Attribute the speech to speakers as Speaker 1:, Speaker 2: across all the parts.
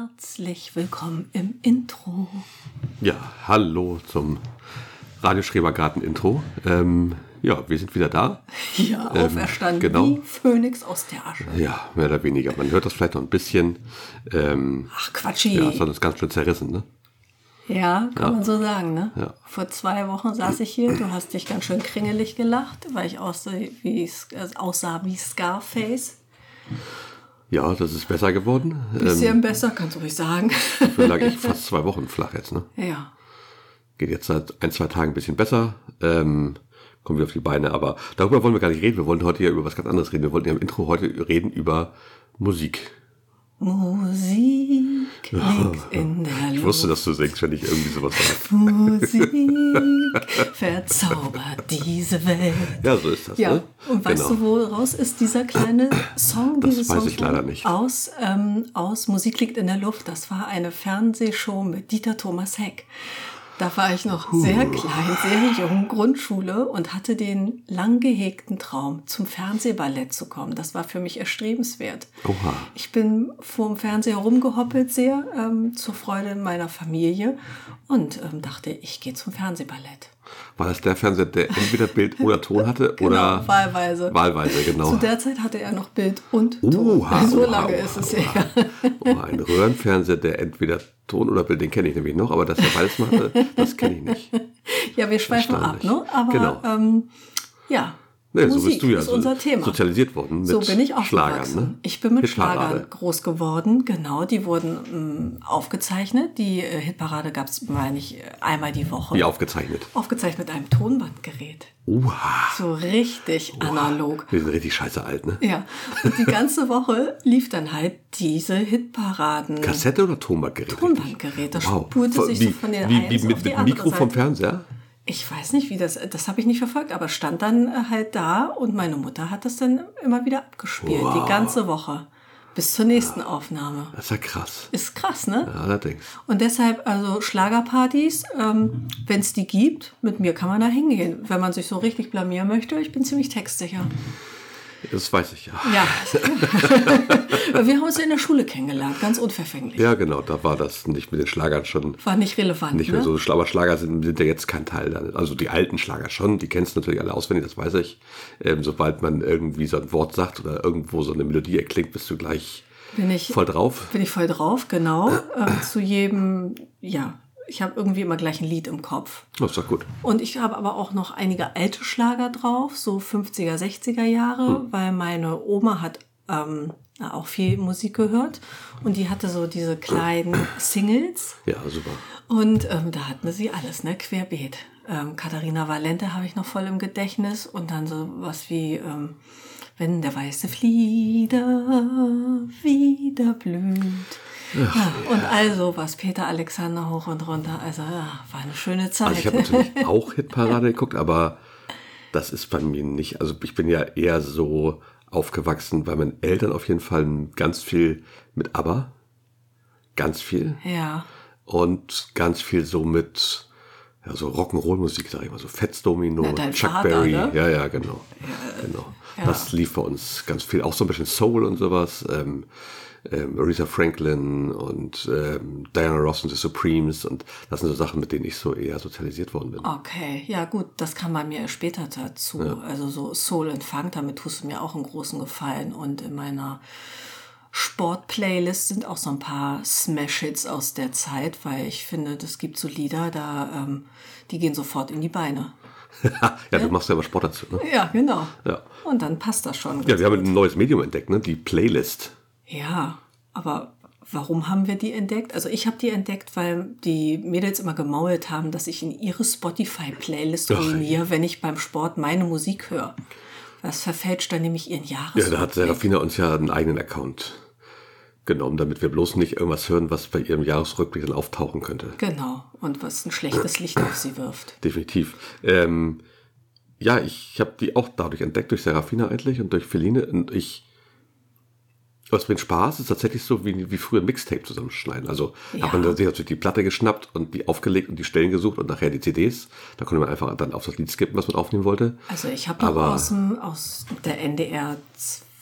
Speaker 1: Herzlich willkommen im Intro.
Speaker 2: Ja, hallo zum Radioschrebergarten-Intro. Ähm, ja, wir sind wieder da.
Speaker 1: Ja,
Speaker 2: Ähm,
Speaker 1: auferstanden
Speaker 2: genau.
Speaker 1: wie Phönix aus der Asche.
Speaker 2: Ja, mehr oder weniger. Man hört das vielleicht noch ein bisschen. Ähm,
Speaker 1: Ach, Quatschi.
Speaker 2: ja,
Speaker 1: Ja,
Speaker 2: es hat uns ganz schön zerrissen, ne?
Speaker 1: kann man so sagen, ne?
Speaker 2: Ja.
Speaker 1: Vor zwei Wochen saß ich hier, du hast dich ganz schön kringelig gelacht, weil ich aussah wie, Sk- äh, aussah wie Scarface.
Speaker 2: Ja, das ist besser geworden. Äh,
Speaker 1: Bisschen besser, kannst du ruhig sagen.
Speaker 2: Dafür lag ich fast zwei Wochen flach jetzt, ne?
Speaker 1: ja.
Speaker 2: Geht jetzt seit ein, zwei Tagen ein bisschen besser. Ähm, kommen wir auf die Beine, aber darüber wollen wir gar nicht reden. Wir wollten heute ja über was ganz anderes reden. Wir wollten ja im Intro heute reden über Musik.
Speaker 1: Musik liegt in der Luft.
Speaker 2: Ich wusste, dass du singst, wenn ich irgendwie sowas sage.
Speaker 1: Musik verzaubert diese Welt.
Speaker 2: Ja, so ist das,
Speaker 1: Ja,
Speaker 2: ne?
Speaker 1: und weißt du, woraus ist dieser kleine Song?
Speaker 2: Das
Speaker 1: dieses
Speaker 2: weiß
Speaker 1: Song
Speaker 2: ich
Speaker 1: von-
Speaker 2: leider nicht.
Speaker 1: Aus, ähm, aus Musik liegt in der Luft. Das war eine Fernsehshow mit Dieter Thomas Heck. Da war ich noch sehr klein, sehr jung, Grundschule und hatte den lang gehegten Traum, zum Fernsehballett zu kommen. Das war für mich erstrebenswert.
Speaker 2: Oha.
Speaker 1: Ich bin vorm Fernseher rumgehoppelt sehr, ähm, zur Freude meiner Familie und ähm, dachte, ich gehe zum Fernsehballett.
Speaker 2: War das der Fernseher, der entweder Bild oder Ton hatte?
Speaker 1: Genau,
Speaker 2: oder
Speaker 1: wahlweise.
Speaker 2: Wahlweise, genau. Uh,
Speaker 1: Zu der Zeit hatte er noch Bild und Ton.
Speaker 2: Oha,
Speaker 1: so
Speaker 2: oha,
Speaker 1: lange
Speaker 2: oha,
Speaker 1: ist es
Speaker 2: oha.
Speaker 1: her.
Speaker 2: Oha, Oh, ein Röhrenfernseher, der entweder Ton oder Bild, den kenne ich nämlich noch, aber dass der beides machte, das kenne ich nicht.
Speaker 1: Ja, wir schweifen ab,
Speaker 2: Erstaunlich.
Speaker 1: ne? Aber
Speaker 2: Genau.
Speaker 1: ähm, ja,
Speaker 2: Nee,
Speaker 1: Musik
Speaker 2: so bist du ja
Speaker 1: ist
Speaker 2: so
Speaker 1: unser Thema.
Speaker 2: sozialisiert worden mit
Speaker 1: so bin ich
Speaker 2: Schlagern.
Speaker 1: aufgewachsen.
Speaker 2: Ne?
Speaker 1: Ich bin mit
Speaker 2: Hitparade.
Speaker 1: Schlagern groß geworden. Genau, die wurden mh, aufgezeichnet. Die äh, Hitparade gab es, meine ich, äh, einmal die Woche.
Speaker 2: Wie aufgezeichnet.
Speaker 1: Aufgezeichnet mit einem Tonbandgerät.
Speaker 2: Oha.
Speaker 1: So richtig analog.
Speaker 2: Wir sind richtig scheiße alt, ne?
Speaker 1: Ja, und die ganze Woche lief dann halt diese Hitparaden.
Speaker 2: Kassette oder Tonbandgerät?
Speaker 1: Tonbandgerät, das
Speaker 2: Wow.
Speaker 1: spurte sich
Speaker 2: wie,
Speaker 1: so von der
Speaker 2: wie,
Speaker 1: einen
Speaker 2: wie
Speaker 1: auf
Speaker 2: mit,
Speaker 1: die
Speaker 2: mit
Speaker 1: andere
Speaker 2: Mikro vom
Speaker 1: Seite.
Speaker 2: Fernseher?
Speaker 1: Ich weiß nicht, wie das, das habe ich nicht verfolgt, aber stand dann äh, halt da und meine Mutter hat das dann immer wieder abgespielt, die ganze Woche bis zur nächsten Aufnahme.
Speaker 2: Das ist ja krass.
Speaker 1: Ist krass, ne?
Speaker 2: Ja, allerdings.
Speaker 1: Und deshalb, also Schlagerpartys, ähm, wenn es die gibt, mit mir kann man da hingehen, wenn man sich so richtig blamieren möchte. Ich bin ziemlich textsicher.
Speaker 2: Das weiß ich ja.
Speaker 1: Ja, wir haben uns ja in der Schule kennengelernt, ganz unverfänglich.
Speaker 2: Ja, genau, da war das nicht mit den Schlagern schon
Speaker 1: War nicht relevant,
Speaker 2: Nicht
Speaker 1: ne?
Speaker 2: mehr so, Schla- aber Schlager sind, sind ja jetzt kein Teil. dann. Also die alten Schlager schon, die kennst du natürlich alle auswendig, das weiß ich. Ähm, sobald man irgendwie so ein Wort sagt oder irgendwo so eine Melodie erklingt, bist du gleich
Speaker 1: Bin ich
Speaker 2: voll drauf.
Speaker 1: Bin ich voll drauf, genau. Ähm, zu jedem, ja, ich habe irgendwie immer gleich ein Lied im Kopf.
Speaker 2: Das Oh, ist doch gut.
Speaker 1: Und ich habe aber auch noch einige alte Schlager drauf, so 50er, 60er Jahre, weil meine Oma hat ähm, auch viel Musik gehört und die hatte so diese kleinen Singles
Speaker 2: Ja, super.
Speaker 1: und ähm, da hatten sie alles, ne, querbeet. Ähm, Katharina Valente habe ich noch voll im Gedächtnis und dann so was wie, ähm, wenn der weiße Flieder wieder blüht. ja, Und all sowas, Peter Alexander hoch und runter. Also ja, war eine schöne Zeit.
Speaker 2: Also ich habe natürlich auch Hitparade geguckt, aber das ist bei mir nicht. Also ich bin ja eher so aufgewachsen, bei meinen Eltern auf jeden Fall ganz viel mit ABBA. Ganz viel.
Speaker 1: ja,
Speaker 2: und ganz viel so mit ja, so Rock'n'Roll-Musik, sag ich mal, so Fats Domino,
Speaker 1: Na, dein
Speaker 2: Chuck
Speaker 1: Vater,
Speaker 2: Berry,
Speaker 1: ne?
Speaker 2: ja, ja, genau. genau.
Speaker 1: ja.
Speaker 2: Das lief bei uns ganz viel, auch so ein bisschen Soul und sowas, ähm, ähm, Aretha Franklin und ähm, Diana Ross und The Supremes und das sind so Sachen, mit denen ich so eher sozialisiert worden bin.
Speaker 1: okay. Ja, gut, das kam bei mir später dazu. Also so Soul und Funk, damit tust du mir auch einen großen Gefallen. Und in meiner Sport-Playlist sind auch so ein paar Smash-Hits aus der Zeit, weil ich finde, das gibt so Lieder, da, ähm, die gehen sofort in die Beine.
Speaker 2: ja, du machst ja aber Sport dazu, ne?
Speaker 1: Ja, genau.
Speaker 2: Ja.
Speaker 1: Und dann passt das schon.
Speaker 2: Ja, wir haben ein neues Medium entdeckt, ne? Die Playlist.
Speaker 1: Ja, aber warum haben wir die entdeckt? Also ich habe die entdeckt, weil die Mädels immer gemault haben, dass ich in ihre Spotify-Playlist
Speaker 2: Ach,
Speaker 1: ruiniere, wenn ich beim Sport meine Musik höre. Das verfälscht dann nämlich ihren
Speaker 2: Ja,
Speaker 1: Jahres.
Speaker 2: da hat Serafina uns ja einen eigenen Account genommen, damit wir bloß nicht irgendwas hören, was bei ihrem Jahresrückblick dann auftauchen könnte.
Speaker 1: Genau. Und was ein schlechtes Licht auf sie wirft.
Speaker 2: Definitiv. Ähm, ja, ich habe die auch dadurch entdeckt, durch Serafina eigentlich und durch Feline. Und ich, was mir Spaß ist, tatsächlich so wie, wie früher Mixtape zusammenschneiden. Also
Speaker 1: Ja.
Speaker 2: hat man sich natürlich die Platte geschnappt und die aufgelegt und die Stellen gesucht und nachher die CDs. Da konnte man einfach dann auf das Lied skippen, was man aufnehmen wollte.
Speaker 1: Also ich habe noch
Speaker 2: Aber-
Speaker 1: aus, dem, aus der NDR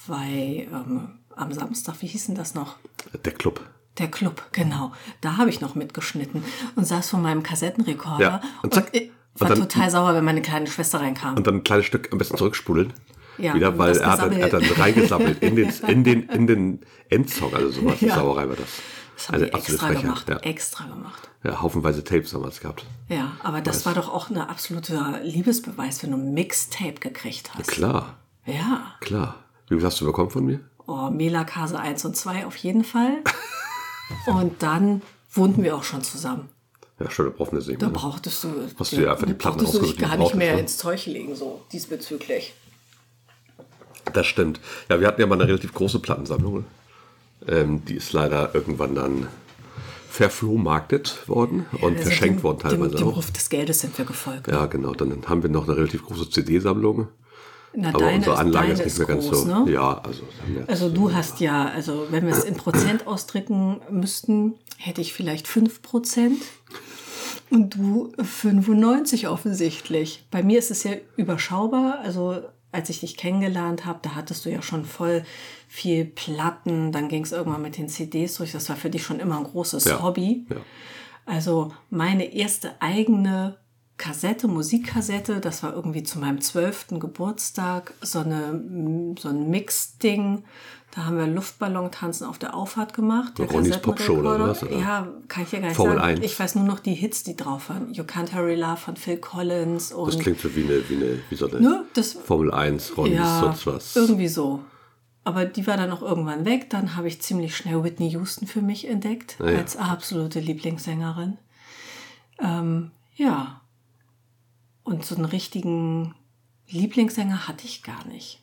Speaker 1: 2 ähm, am Samstag, wie hieß denn das noch?
Speaker 2: Der Club.
Speaker 1: Der Club, genau. Da habe ich noch mitgeschnitten und saß vor meinem Kassettenrekorder
Speaker 2: Ja, und
Speaker 1: und,
Speaker 2: zack.
Speaker 1: ich war
Speaker 2: Und dann-
Speaker 1: total sauer, wenn meine kleine Schwester reinkam.
Speaker 2: Und dann ein kleines Stück am besten zurückspulen.
Speaker 1: Ja,
Speaker 2: wieder,
Speaker 1: und
Speaker 2: weil
Speaker 1: das
Speaker 2: er hat, dann, er hat dann reingesammelt in den, in den, in den Endsong. Also sowas,
Speaker 1: Ja.
Speaker 2: Sauerei war das.
Speaker 1: das haben wir
Speaker 2: absolute
Speaker 1: extra
Speaker 2: Frechheit,
Speaker 1: gemacht.
Speaker 2: Ja.
Speaker 1: Extra gemacht.
Speaker 2: ja, haufenweise Tapes damals gehabt.
Speaker 1: Ja, aber das war doch auch ein absoluter Liebesbeweis, wenn du ein Mixtape gekriegt hast.
Speaker 2: Klar,
Speaker 1: Ja.
Speaker 2: klar. Wie viel hast du bekommen von mir?
Speaker 1: Oh, Melakase 1 und 2 auf jeden Fall. und dann wohnten wir auch schon zusammen.
Speaker 2: Ja, schön, wir brauchen das nicht
Speaker 1: Da
Speaker 2: mehr. ne?
Speaker 1: brauchtest du,
Speaker 2: Hast du dir einfach die Platten
Speaker 1: brauchtest du dich
Speaker 2: rausgesucht, die
Speaker 1: gar
Speaker 2: du
Speaker 1: nicht mehr
Speaker 2: brauchtest, ne?
Speaker 1: ins Zeug legen, so diesbezüglich.
Speaker 2: Das stimmt. Ja, wir hatten ja mal eine relativ große Plattensammlung. ne? Ähm, die ist leider irgendwann dann verflohmarktet worden und
Speaker 1: Wir sind
Speaker 2: verschenkt
Speaker 1: dem,
Speaker 2: worden teilweise
Speaker 1: Dem, dem
Speaker 2: auch.
Speaker 1: Ruf des Geldes sind wir gefolgt.
Speaker 2: Ja, genau. Dann haben wir noch eine relativ große CD-Sammlung.
Speaker 1: Na,
Speaker 2: Aber unsere Anlage ist
Speaker 1: deine
Speaker 2: nicht mehr ganz
Speaker 1: groß,
Speaker 2: so.
Speaker 1: ne?
Speaker 2: Ja, also. haben wir-
Speaker 1: Also du hast ja, also wenn wir es in Prozent ausdrücken müssten, hätte ich vielleicht 5 Prozent und du 95 offensichtlich. Bei mir ist es ja überschaubar, also als ich dich kennengelernt habe, da hattest du ja schon voll viel Platten, dann ging es irgendwann mit den CDs durch, das war für dich schon immer ein großes
Speaker 2: Ja.
Speaker 1: Hobby.
Speaker 2: Ja.
Speaker 1: Also meine erste eigene Kassette, Musikkassette, das war irgendwie zu meinem zwölften Geburtstag, so, eine, mm, so ein Mix-Ding. Da haben wir Luftballontanzen auf der Auffahrt gemacht. Der
Speaker 2: Ronnys Popshow oder
Speaker 1: Kassettenrekorder.
Speaker 2: was, oder?
Speaker 1: Ja, kann ich ja gar nicht
Speaker 2: Formel
Speaker 1: sagen.
Speaker 2: 1.
Speaker 1: Ich weiß nur noch die Hits, die drauf waren. You Can't Hurry Love von Phil Collins und
Speaker 2: Das klingt so wie eine, wie eine, wie so eine
Speaker 1: Ne, das-
Speaker 2: Formel 1, Ron,
Speaker 1: ja,
Speaker 2: sonst was.
Speaker 1: irgendwie so. Aber die war dann auch irgendwann weg. Dann habe ich ziemlich schnell Whitney Houston für mich entdeckt
Speaker 2: Ah, ja.
Speaker 1: als absolute Lieblingssängerin. Ähm, ja. Und so einen richtigen Lieblingssänger hatte ich gar nicht.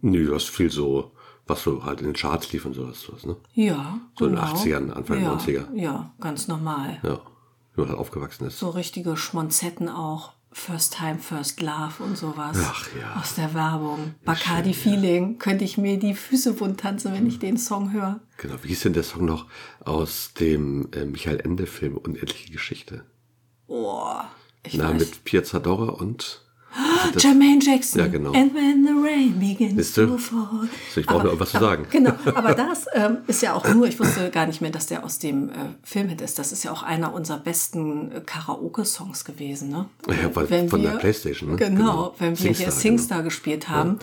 Speaker 2: Nö, du hast viel so, was so halt in den Charts lief und sowas, sowas ne?
Speaker 1: Ja.
Speaker 2: So in den
Speaker 1: genau.
Speaker 2: 80ern, Anfang
Speaker 1: ja,
Speaker 2: 90er.
Speaker 1: Ja, ganz normal.
Speaker 2: Ja. Wie man halt aufgewachsen ist.
Speaker 1: So richtige Schmonzetten auch. First Time, First Love und sowas.
Speaker 2: Ach ja.
Speaker 1: Aus der Werbung. Bacardi Feeling. Könnte ich mir die Füße wund tanzen, wenn ich den Song höre.
Speaker 2: Genau. Wie hieß denn der Song noch aus dem äh, Michael Ende-Film Unendliche Geschichte?
Speaker 1: Oh, ich
Speaker 2: Na,
Speaker 1: weiß.
Speaker 2: mit Pia Zadora und. das-
Speaker 1: Jermaine Jackson.
Speaker 2: Ja, genau.
Speaker 1: And when the rain begins
Speaker 2: Siehst du?
Speaker 1: to fall.
Speaker 2: So, also ich brauche
Speaker 1: Aber-
Speaker 2: nur irgendwas zu
Speaker 1: aber-
Speaker 2: sagen.
Speaker 1: Genau, aber das ähm, ist ja auch nur, ich wusste gar nicht mehr, dass der aus dem äh, Film hit ist. Das ist ja auch einer unserer besten äh, Karaoke-Songs gewesen. Ne?
Speaker 2: Ja, von- von der Playstation, ne?
Speaker 1: Genau,
Speaker 2: Genau.
Speaker 1: wenn wir
Speaker 2: Singstar,
Speaker 1: hier
Speaker 2: genau.
Speaker 1: Singstar gespielt haben.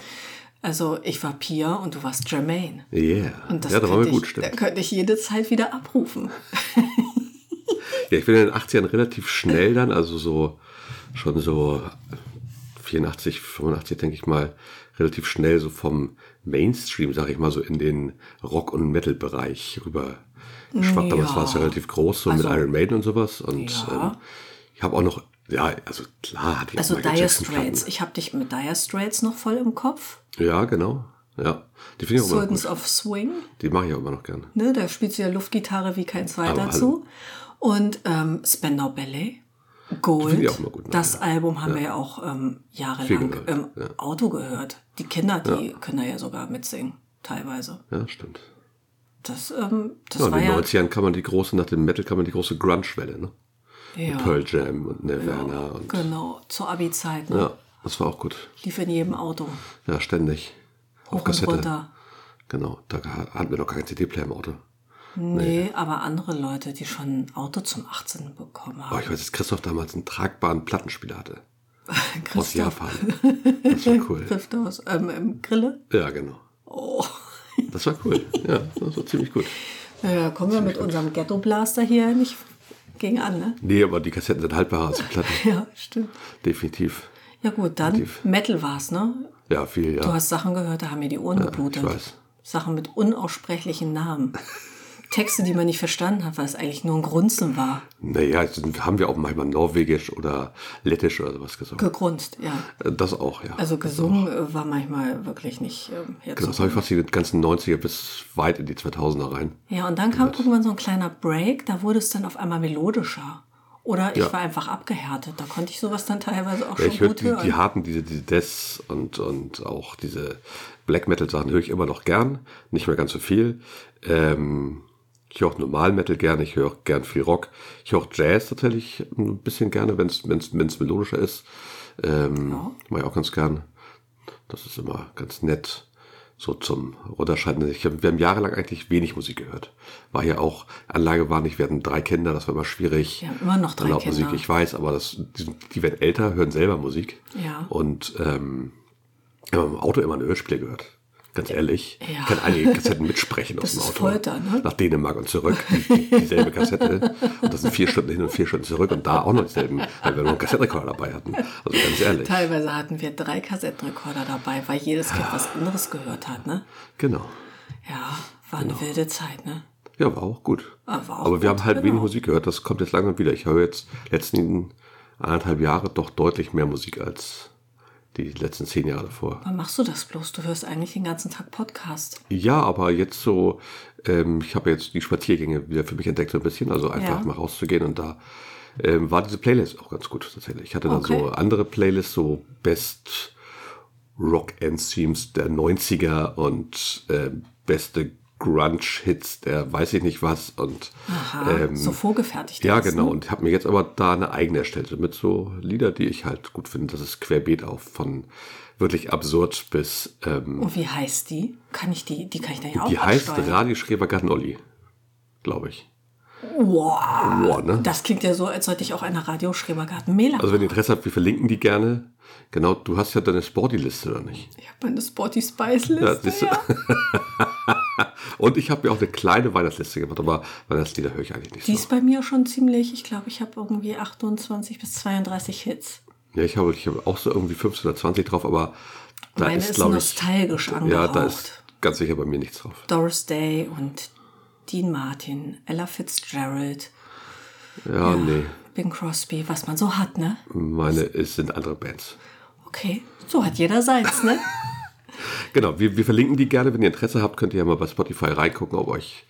Speaker 1: Also ich war Pia und du warst Jermaine.
Speaker 2: Yeah.
Speaker 1: Und das
Speaker 2: ja, da waren
Speaker 1: könnte
Speaker 2: wir gut,
Speaker 1: ich, da
Speaker 2: stimmt.
Speaker 1: könnte ich jede Zeit wieder abrufen.
Speaker 2: Ja, ich bin in den 80ern relativ schnell dann, also so schon so 84, 85, denke ich mal, relativ schnell so vom Mainstream, sag ich mal, so in den Rock- und Metal-Bereich rüber geschwappt. Damals
Speaker 1: Ja.
Speaker 2: war es ja relativ groß, so mit
Speaker 1: Also-
Speaker 2: Iron Maiden und sowas. Und
Speaker 1: Ja.
Speaker 2: ähm, ich habe auch noch, ja, also klar, hatte ich
Speaker 1: Also
Speaker 2: auch Michael
Speaker 1: Dire
Speaker 2: Jackson Platten.
Speaker 1: Straits. Ich habe dich mit Dire Straits noch voll im Kopf.
Speaker 2: Ja, genau. Oh, Ja, die finde ich auch immer noch
Speaker 1: Sultans
Speaker 2: gut.
Speaker 1: of Swing.
Speaker 2: Die mache ich auch immer noch gern.
Speaker 1: Ne, da spielst du ja Luftgitarre wie kein
Speaker 2: Aber
Speaker 1: zweiter
Speaker 2: hallo.
Speaker 1: zu. Und ähm, Spandau Ballet,
Speaker 2: Die
Speaker 1: Gold,
Speaker 2: sind ja auch immer gut, ne?
Speaker 1: das Album haben wir ja auch ähm,
Speaker 2: Viel
Speaker 1: jahrelang
Speaker 2: gehört,
Speaker 1: im
Speaker 2: ja.
Speaker 1: Auto gehört. Die Kinder, die können da ja sogar mitsingen, teilweise.
Speaker 2: Ja, stimmt.
Speaker 1: Das, ähm, das
Speaker 2: Ja, in
Speaker 1: war
Speaker 2: den
Speaker 1: ja,
Speaker 2: 90ern kann man die große, nach dem Metal kann man die große Grunge-Welle, ne?
Speaker 1: ja
Speaker 2: Pearl Jam und Nirvana und
Speaker 1: genau, zur Abi-Zeit. Ne?
Speaker 2: Ja, das war auch gut.
Speaker 1: Lief in jedem Auto,
Speaker 2: Ja, ständig. Auf
Speaker 1: hoch und
Speaker 2: Kassette.
Speaker 1: runter.
Speaker 2: Genau, da ha- hatten wir noch gar keinen CD-Player im Auto.
Speaker 1: Nee, aber andere Leute, die schon ein Auto zum 18. bekommen
Speaker 2: Aber
Speaker 1: haben.
Speaker 2: ich weiß, dass Christoph damals einen tragbaren Plattenspieler hatte. Aus
Speaker 1: Christoph,
Speaker 2: Japan. Das war cool.
Speaker 1: trifft aus ähm, im Grille.
Speaker 2: Ja, genau.
Speaker 1: Oh.
Speaker 2: Das war cool. Ja, das war ziemlich gut.
Speaker 1: Ja, kommen wir mit unserem Ghetto-Blaster hier nicht gegen an, ne?
Speaker 2: Nee, aber die Kassetten sind haltbarer als die Platten.
Speaker 1: Ja, stimmt.
Speaker 2: Definitiv.
Speaker 1: Ja gut, dann Metal war's, ne?
Speaker 2: Ja, viel,
Speaker 1: Du
Speaker 2: ja.
Speaker 1: hast Sachen gehört, da haben mir die Ohren geblutet.
Speaker 2: ich weiß.
Speaker 1: Sachen mit unaussprechlichen Namen. Texte, die man nicht verstanden hat, weil es eigentlich nur ein Grunzen war.
Speaker 2: Naja, jetzt sind- haben wir auch manchmal Norwegisch oder Lettisch oder sowas gesungen.
Speaker 1: Gegrunzt, ja.
Speaker 2: Äh, Das auch, ja.
Speaker 1: Also gesungen äh, war manchmal wirklich nicht ähm, herzu.
Speaker 2: genau, das habe ich fast die ganzen 90er bis weit in die 2000er rein.
Speaker 1: Ja, und dann kam
Speaker 2: Genau.
Speaker 1: irgendwann so ein kleiner Break, da wurde es dann auf einmal melodischer. Oder ich
Speaker 2: Ja.
Speaker 1: war einfach abgehärtet. Da konnte ich sowas dann teilweise auch
Speaker 2: Ja,
Speaker 1: schon
Speaker 2: ich höre
Speaker 1: gut
Speaker 2: die,
Speaker 1: hören.
Speaker 2: die harten, diese, diese Death und, und auch diese Black Metal Sachen höre ich immer noch gern, nicht mehr ganz so viel. Ähm, ich höre auch normal Metal gern, ich höre auch gern viel Rock. Ich höre auch Jazz tatsächlich ein bisschen gerne, wenn es wenn's, wenn's melodischer ist. Ähm,
Speaker 1: Ja.
Speaker 2: Mache ich auch ganz gern. Das ist immer ganz nett. So zum Runterschalten. Ich hab, wir haben jahrelang eigentlich wenig Musik gehört. War ja auch, Anlage war nicht, wir hatten drei Kinder, das war immer schwierig.
Speaker 1: Wir haben immer noch drei
Speaker 2: Laut
Speaker 1: Kinder.
Speaker 2: Musik, ich weiß, aber das, die, die werden älter, hören selber Musik.
Speaker 1: Ja.
Speaker 2: Und ähm, wir haben im Auto immer einen Hörspiel gehört. Ganz ehrlich.
Speaker 1: Ja.
Speaker 2: Ich kann einige Kassetten mitsprechen aus
Speaker 1: Das
Speaker 2: dem
Speaker 1: ist
Speaker 2: Auto.
Speaker 1: Folter, ne?
Speaker 2: Nach Dänemark und zurück. Die, die- dieselbe Kassette. Und das sind vier Stunden hin und vier Stunden zurück und da auch noch dieselben, weil wir nur einen Kassettenrekorder dabei hatten. Also ganz ehrlich.
Speaker 1: Teilweise hatten wir drei Kassettenrekorder dabei, weil jedes Kind was anderes gehört hat, ne?
Speaker 2: Genau.
Speaker 1: Ja, war eine wilde Zeit, ne?
Speaker 2: Ja, war auch gut.
Speaker 1: Ah, war auch
Speaker 2: Aber wir
Speaker 1: gut,
Speaker 2: haben halt wenig
Speaker 1: genau.
Speaker 2: Musik gehört. Das kommt jetzt langsam wieder. Ich höre jetzt letzten anderthalb Jahre doch deutlich mehr Musik als die letzten zehn Jahre davor.
Speaker 1: Wann machst du das bloß? Du hörst eigentlich den ganzen Tag Podcast.
Speaker 2: Ja, aber jetzt so, ähm, ich habe jetzt die Spaziergänge wieder für mich entdeckt so ein bisschen, also einfach
Speaker 1: Ja.
Speaker 2: mal rauszugehen und da ähm, war diese Playlist auch ganz gut tatsächlich. Ich hatte dann
Speaker 1: Okay.
Speaker 2: so andere Playlists, so Best Rock and Themes der 90er und ähm, beste Grunge-Hits der weiß ich nicht was und
Speaker 1: Aha, so vorgefertigt.
Speaker 2: Ähm, ja,
Speaker 1: ist, ne?
Speaker 2: genau. Und habe mir jetzt aber da eine eigene erstellt, so mit so Lieder, die ich halt gut finde. Das ist querbeet auf von wirklich absurd bis ähm,
Speaker 1: Und wie heißt die? Kann ich die, die kann ich dann ja auch
Speaker 2: Die heißt
Speaker 1: absteuern.
Speaker 2: Radioschreber Gartenolli, glaube ich.
Speaker 1: Wow.
Speaker 2: Boah, ne?
Speaker 1: Das klingt ja so, als sollte ich auch einer Radioschrebergarten Mela.
Speaker 2: Also wenn ihr Interesse habt, wir verlinken die gerne. Genau, du hast ja deine Sporty-Liste, oder nicht?
Speaker 1: ich habe meine Spotty Spice
Speaker 2: Ja,
Speaker 1: Liste.
Speaker 2: siehst du.
Speaker 1: Ja,
Speaker 2: Und ich habe mir auch eine kleine Weihnachtsliste gemacht, aber Weihnachtslieder höre ich eigentlich nicht
Speaker 1: Die
Speaker 2: so.
Speaker 1: ist bei mir schon ziemlich, ich glaube, ich habe irgendwie 28 bis 32 Hits.
Speaker 2: Ja, ich habe, ich habe auch so irgendwie 15 oder 20 drauf, aber da
Speaker 1: Meine
Speaker 2: ist,
Speaker 1: ist
Speaker 2: glaube ich...
Speaker 1: nostalgisch
Speaker 2: Ja,
Speaker 1: angehaucht.
Speaker 2: da ist ganz sicher bei mir nichts drauf.
Speaker 1: Doris Day und Dean Martin, Ella Fitzgerald,
Speaker 2: Ja, nee.
Speaker 1: Bing Crosby, was man so hat, ne?
Speaker 2: Meine ist, sind andere Bands.
Speaker 1: Okay, so hat jeder seins, ne?
Speaker 2: Genau, wir, wir verlinken die gerne. Wenn ihr Interesse habt, könnt ihr ja mal bei Spotify reingucken, ob euch,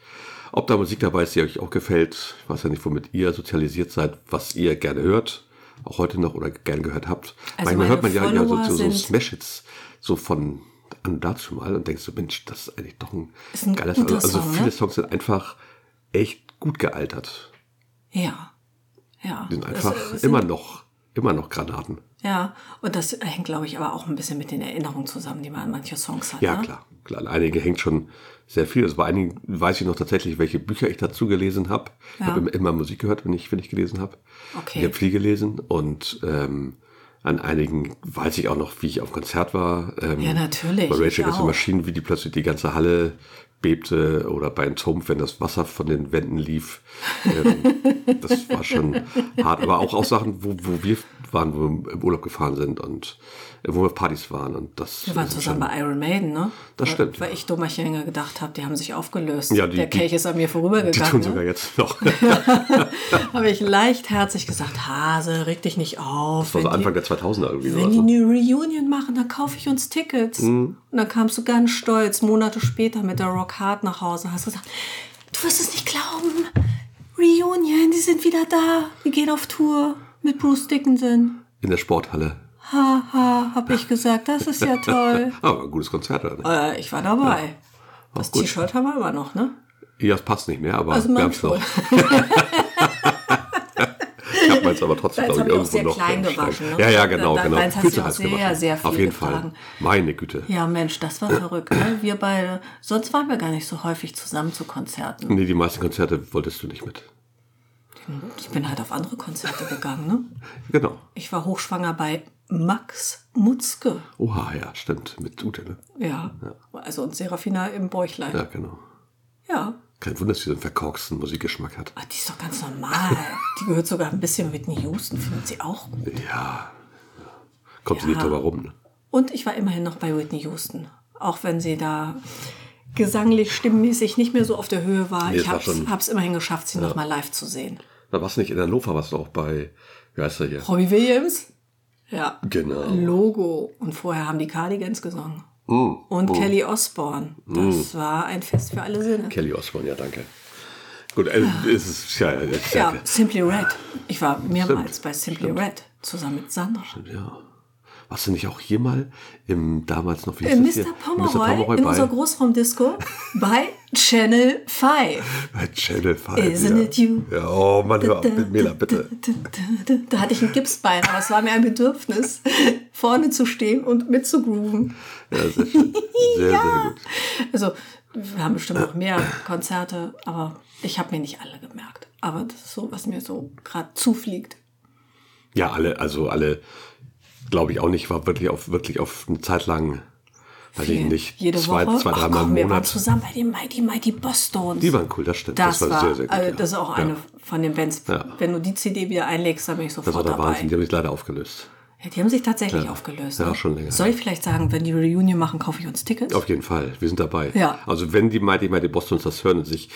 Speaker 2: ob da Musik dabei ist, die euch auch gefällt. Ich weiß ja nicht, womit ihr sozialisiert seid, was ihr gerne hört, auch heute noch oder gerne gehört habt.
Speaker 1: Also
Speaker 2: Manchmal hört man
Speaker 1: meine
Speaker 2: ja, ja so,
Speaker 1: Follower
Speaker 2: so, so
Speaker 1: sind-
Speaker 2: Smash-Hits, so von an dazu mal und denkst so, Mensch, das ist eigentlich doch ein,
Speaker 1: Ist ein
Speaker 2: geiles
Speaker 1: guter
Speaker 2: Album. Also
Speaker 1: Song, ne?
Speaker 2: viele Songs sind einfach echt gut gealtert.
Speaker 1: Ja. Ja.
Speaker 2: Die sind
Speaker 1: Es-
Speaker 2: einfach
Speaker 1: Also es sind-
Speaker 2: immer noch, immer noch Granaten.
Speaker 1: Ja, und das hängt, glaube ich, aber auch ein bisschen mit den Erinnerungen zusammen, die man an manche Songs hat.
Speaker 2: Ja,
Speaker 1: ne?
Speaker 2: klar. klar. An einigen hängt schon sehr viel. Also bei einigen weiß ich noch tatsächlich, welche Bücher ich dazu gelesen habe. Ich
Speaker 1: Ja.
Speaker 2: habe immer, immer Musik gehört, wenn ich, wenn ich gelesen habe.
Speaker 1: Okay.
Speaker 2: Ich habe viel gelesen und ähm, an einigen weiß ich auch noch, wie ich auf dem Konzert war. Ähm,
Speaker 1: Ja, natürlich,
Speaker 2: Bei
Speaker 1: ich
Speaker 2: Rachel Against the
Speaker 1: auch.
Speaker 2: Machine, wie die plötzlich die ganze Halle bebte oder bei Entomb, wenn das Wasser von den Wänden lief. Ähm, das war schon hart. Aber auch, auch Sachen, wo, wo wir waren, wo wir im Urlaub gefahren sind und äh, wo wir auf Partys waren. Und das
Speaker 1: Wir waren
Speaker 2: ist
Speaker 1: zusammen
Speaker 2: schon-
Speaker 1: bei Iron Maiden, ne?
Speaker 2: Das
Speaker 1: weil,
Speaker 2: stimmt,
Speaker 1: Weil
Speaker 2: ja.
Speaker 1: ich Dummerchen gedacht habe, die haben sich aufgelöst.
Speaker 2: Ja, die-
Speaker 1: Der
Speaker 2: die-
Speaker 1: Kelch ist an mir
Speaker 2: Die tun
Speaker 1: vorübergegangen.
Speaker 2: sogar
Speaker 1: Ne?
Speaker 2: jetzt noch. Also
Speaker 1: Habe ich leichtherzig gesagt, Hase, reg dich nicht auf.
Speaker 2: Das war so
Speaker 1: wenn
Speaker 2: Anfang
Speaker 1: die,
Speaker 2: der 2000er irgendwie
Speaker 1: wenn
Speaker 2: sowas.
Speaker 1: die
Speaker 2: ne?
Speaker 1: eine Reunion machen, dann kaufe ich uns Tickets.
Speaker 2: Mhm.
Speaker 1: Und dann kamst du ganz stolz Monate später mit der Rock Hard nach Hause und hast gesagt, du wirst es nicht glauben. Reunion, die sind wieder da. Wir gehen auf Tour mit Bruce Dickinson.
Speaker 2: In der Sporthalle.
Speaker 1: Haha, habe ich gesagt, das ist ja toll.
Speaker 2: Ah, war ein gutes Konzert, oder nicht?
Speaker 1: Äh, ich war dabei. Das
Speaker 2: gut.
Speaker 1: T-Shirt haben wir immer noch, ne?
Speaker 2: Ja, es passt nicht mehr, aber
Speaker 1: Also
Speaker 2: wir
Speaker 1: mein
Speaker 2: haben es noch. Ich habe meins aber trotzdem,
Speaker 1: Deins
Speaker 2: glaube
Speaker 1: hab
Speaker 2: ich,
Speaker 1: ich auch
Speaker 2: irgendwo
Speaker 1: sehr
Speaker 2: noch.
Speaker 1: klein
Speaker 2: versteckt.
Speaker 1: gewaschen, ne?
Speaker 2: Ja, ja, genau,
Speaker 1: Dein-
Speaker 2: genau.
Speaker 1: deins hast
Speaker 2: Viel
Speaker 1: du
Speaker 2: zu
Speaker 1: auch
Speaker 2: heiß
Speaker 1: sehr,
Speaker 2: gewaschen.
Speaker 1: sehr viel
Speaker 2: Auf jeden Fall.
Speaker 1: getragen.
Speaker 2: Meine Güte.
Speaker 1: Ja, Mensch, das war verrückt. Ne? Wir beide, sonst waren wir gar nicht so häufig zusammen zu Konzerten.
Speaker 2: Nee, die meisten Konzerte wolltest du nicht mit.
Speaker 1: Ich bin halt auf andere Konzerte gegangen. Ne?
Speaker 2: Genau.
Speaker 1: Ich war hochschwanger bei Max Mutzke.
Speaker 2: Oha, ja, stimmt. Mit Ute, ne?
Speaker 1: Ja. Also und Serafina im Bäuchlein.
Speaker 2: Ja,
Speaker 1: Ja.
Speaker 2: genau. Kein Wunder, dass sie so einen verkorksten Musikgeschmack hat.
Speaker 1: Ah, die ist doch ganz normal. Die gehört sogar ein bisschen mit Houston, findet sie auch gut.
Speaker 2: Ja. Kommt sie
Speaker 1: Ja.
Speaker 2: nicht drüber rum, ne?
Speaker 1: Und ich war immerhin noch bei Whitney Houston. Auch wenn sie da gesanglich, stimmmäßig nicht mehr so auf der Höhe war.
Speaker 2: Nee,
Speaker 1: ich
Speaker 2: es war
Speaker 1: hab's,
Speaker 2: schon-
Speaker 1: hab's immerhin geschafft, sie noch nochmal live zu sehen.
Speaker 2: Da warst du nicht in Hannover, warst du auch bei, wie heißt er hier?
Speaker 1: Robbie Williams? Ja.
Speaker 2: Genau.
Speaker 1: Logo. Und vorher haben die Cardigans gesungen.
Speaker 2: Uh,
Speaker 1: Und Kelly Osbourne. Das war ein Fest für alle Sinne.
Speaker 2: Kelly Osbourne, ja, danke. Gut, äh, es ist ja, ja, ich
Speaker 1: ja,
Speaker 2: danke.
Speaker 1: Simply Red. Ich war mehrmals bei Simply Red zusammen mit Sandra.
Speaker 2: ja. Warst du nicht auch hier mal im damals noch wie
Speaker 1: Äh,
Speaker 2: hieß das
Speaker 1: Mr.
Speaker 2: hier?
Speaker 1: Pomeroy, in unserer
Speaker 2: bei,
Speaker 1: Großraumdisco bei Channel 5.
Speaker 2: bei Channel 5.
Speaker 1: Isn't
Speaker 2: ja.
Speaker 1: it you?
Speaker 2: Ja, oh Mann, hör auf mit Mela, bitte.
Speaker 1: Da hatte ich ein Gipsbein, aber es war mir ein Bedürfnis, vorne zu stehen und mitzugrooven.
Speaker 2: Ja, sehr schön. Sehr, sehr gut.
Speaker 1: Also, wir haben bestimmt noch mehr Konzerte, aber ich habe mir nicht alle gemerkt. Aber das ist so, was mir so gerade zufliegt.
Speaker 2: Ja, alle, also alle, glaube ich auch nicht, war wirklich auf, wirklich auf eine Zeit lang, weiß ich
Speaker 1: Viel.
Speaker 2: nicht,
Speaker 1: Jede
Speaker 2: zwei,
Speaker 1: Woche.
Speaker 2: zwei
Speaker 1: Ach
Speaker 2: dreimal
Speaker 1: komm,
Speaker 2: im
Speaker 1: wir waren
Speaker 2: Monat.
Speaker 1: zusammen bei den Mighty Mighty Boston.
Speaker 2: Die waren cool, das stimmt.
Speaker 1: das, war,
Speaker 2: sehr, sehr gut.
Speaker 1: also,
Speaker 2: ja.
Speaker 1: das ist auch
Speaker 2: ja.
Speaker 1: eine von den Bands.
Speaker 2: Ja.
Speaker 1: Wenn du die CD wieder einlegst, dann bin ich
Speaker 2: Das war
Speaker 1: sofort
Speaker 2: der
Speaker 1: dabei.
Speaker 2: Wahnsinn, die haben sich leider aufgelöst.
Speaker 1: Ja, die haben sich tatsächlich aufgelöst.
Speaker 2: Ja,
Speaker 1: ne?
Speaker 2: schon länger,
Speaker 1: Soll ich vielleicht sagen, wenn die Reunion machen, kaufe ich uns Tickets?
Speaker 2: Auf jeden Fall, wir sind dabei.
Speaker 1: Ja.
Speaker 2: Also wenn die Mighty Mighty Bostons das hören und sich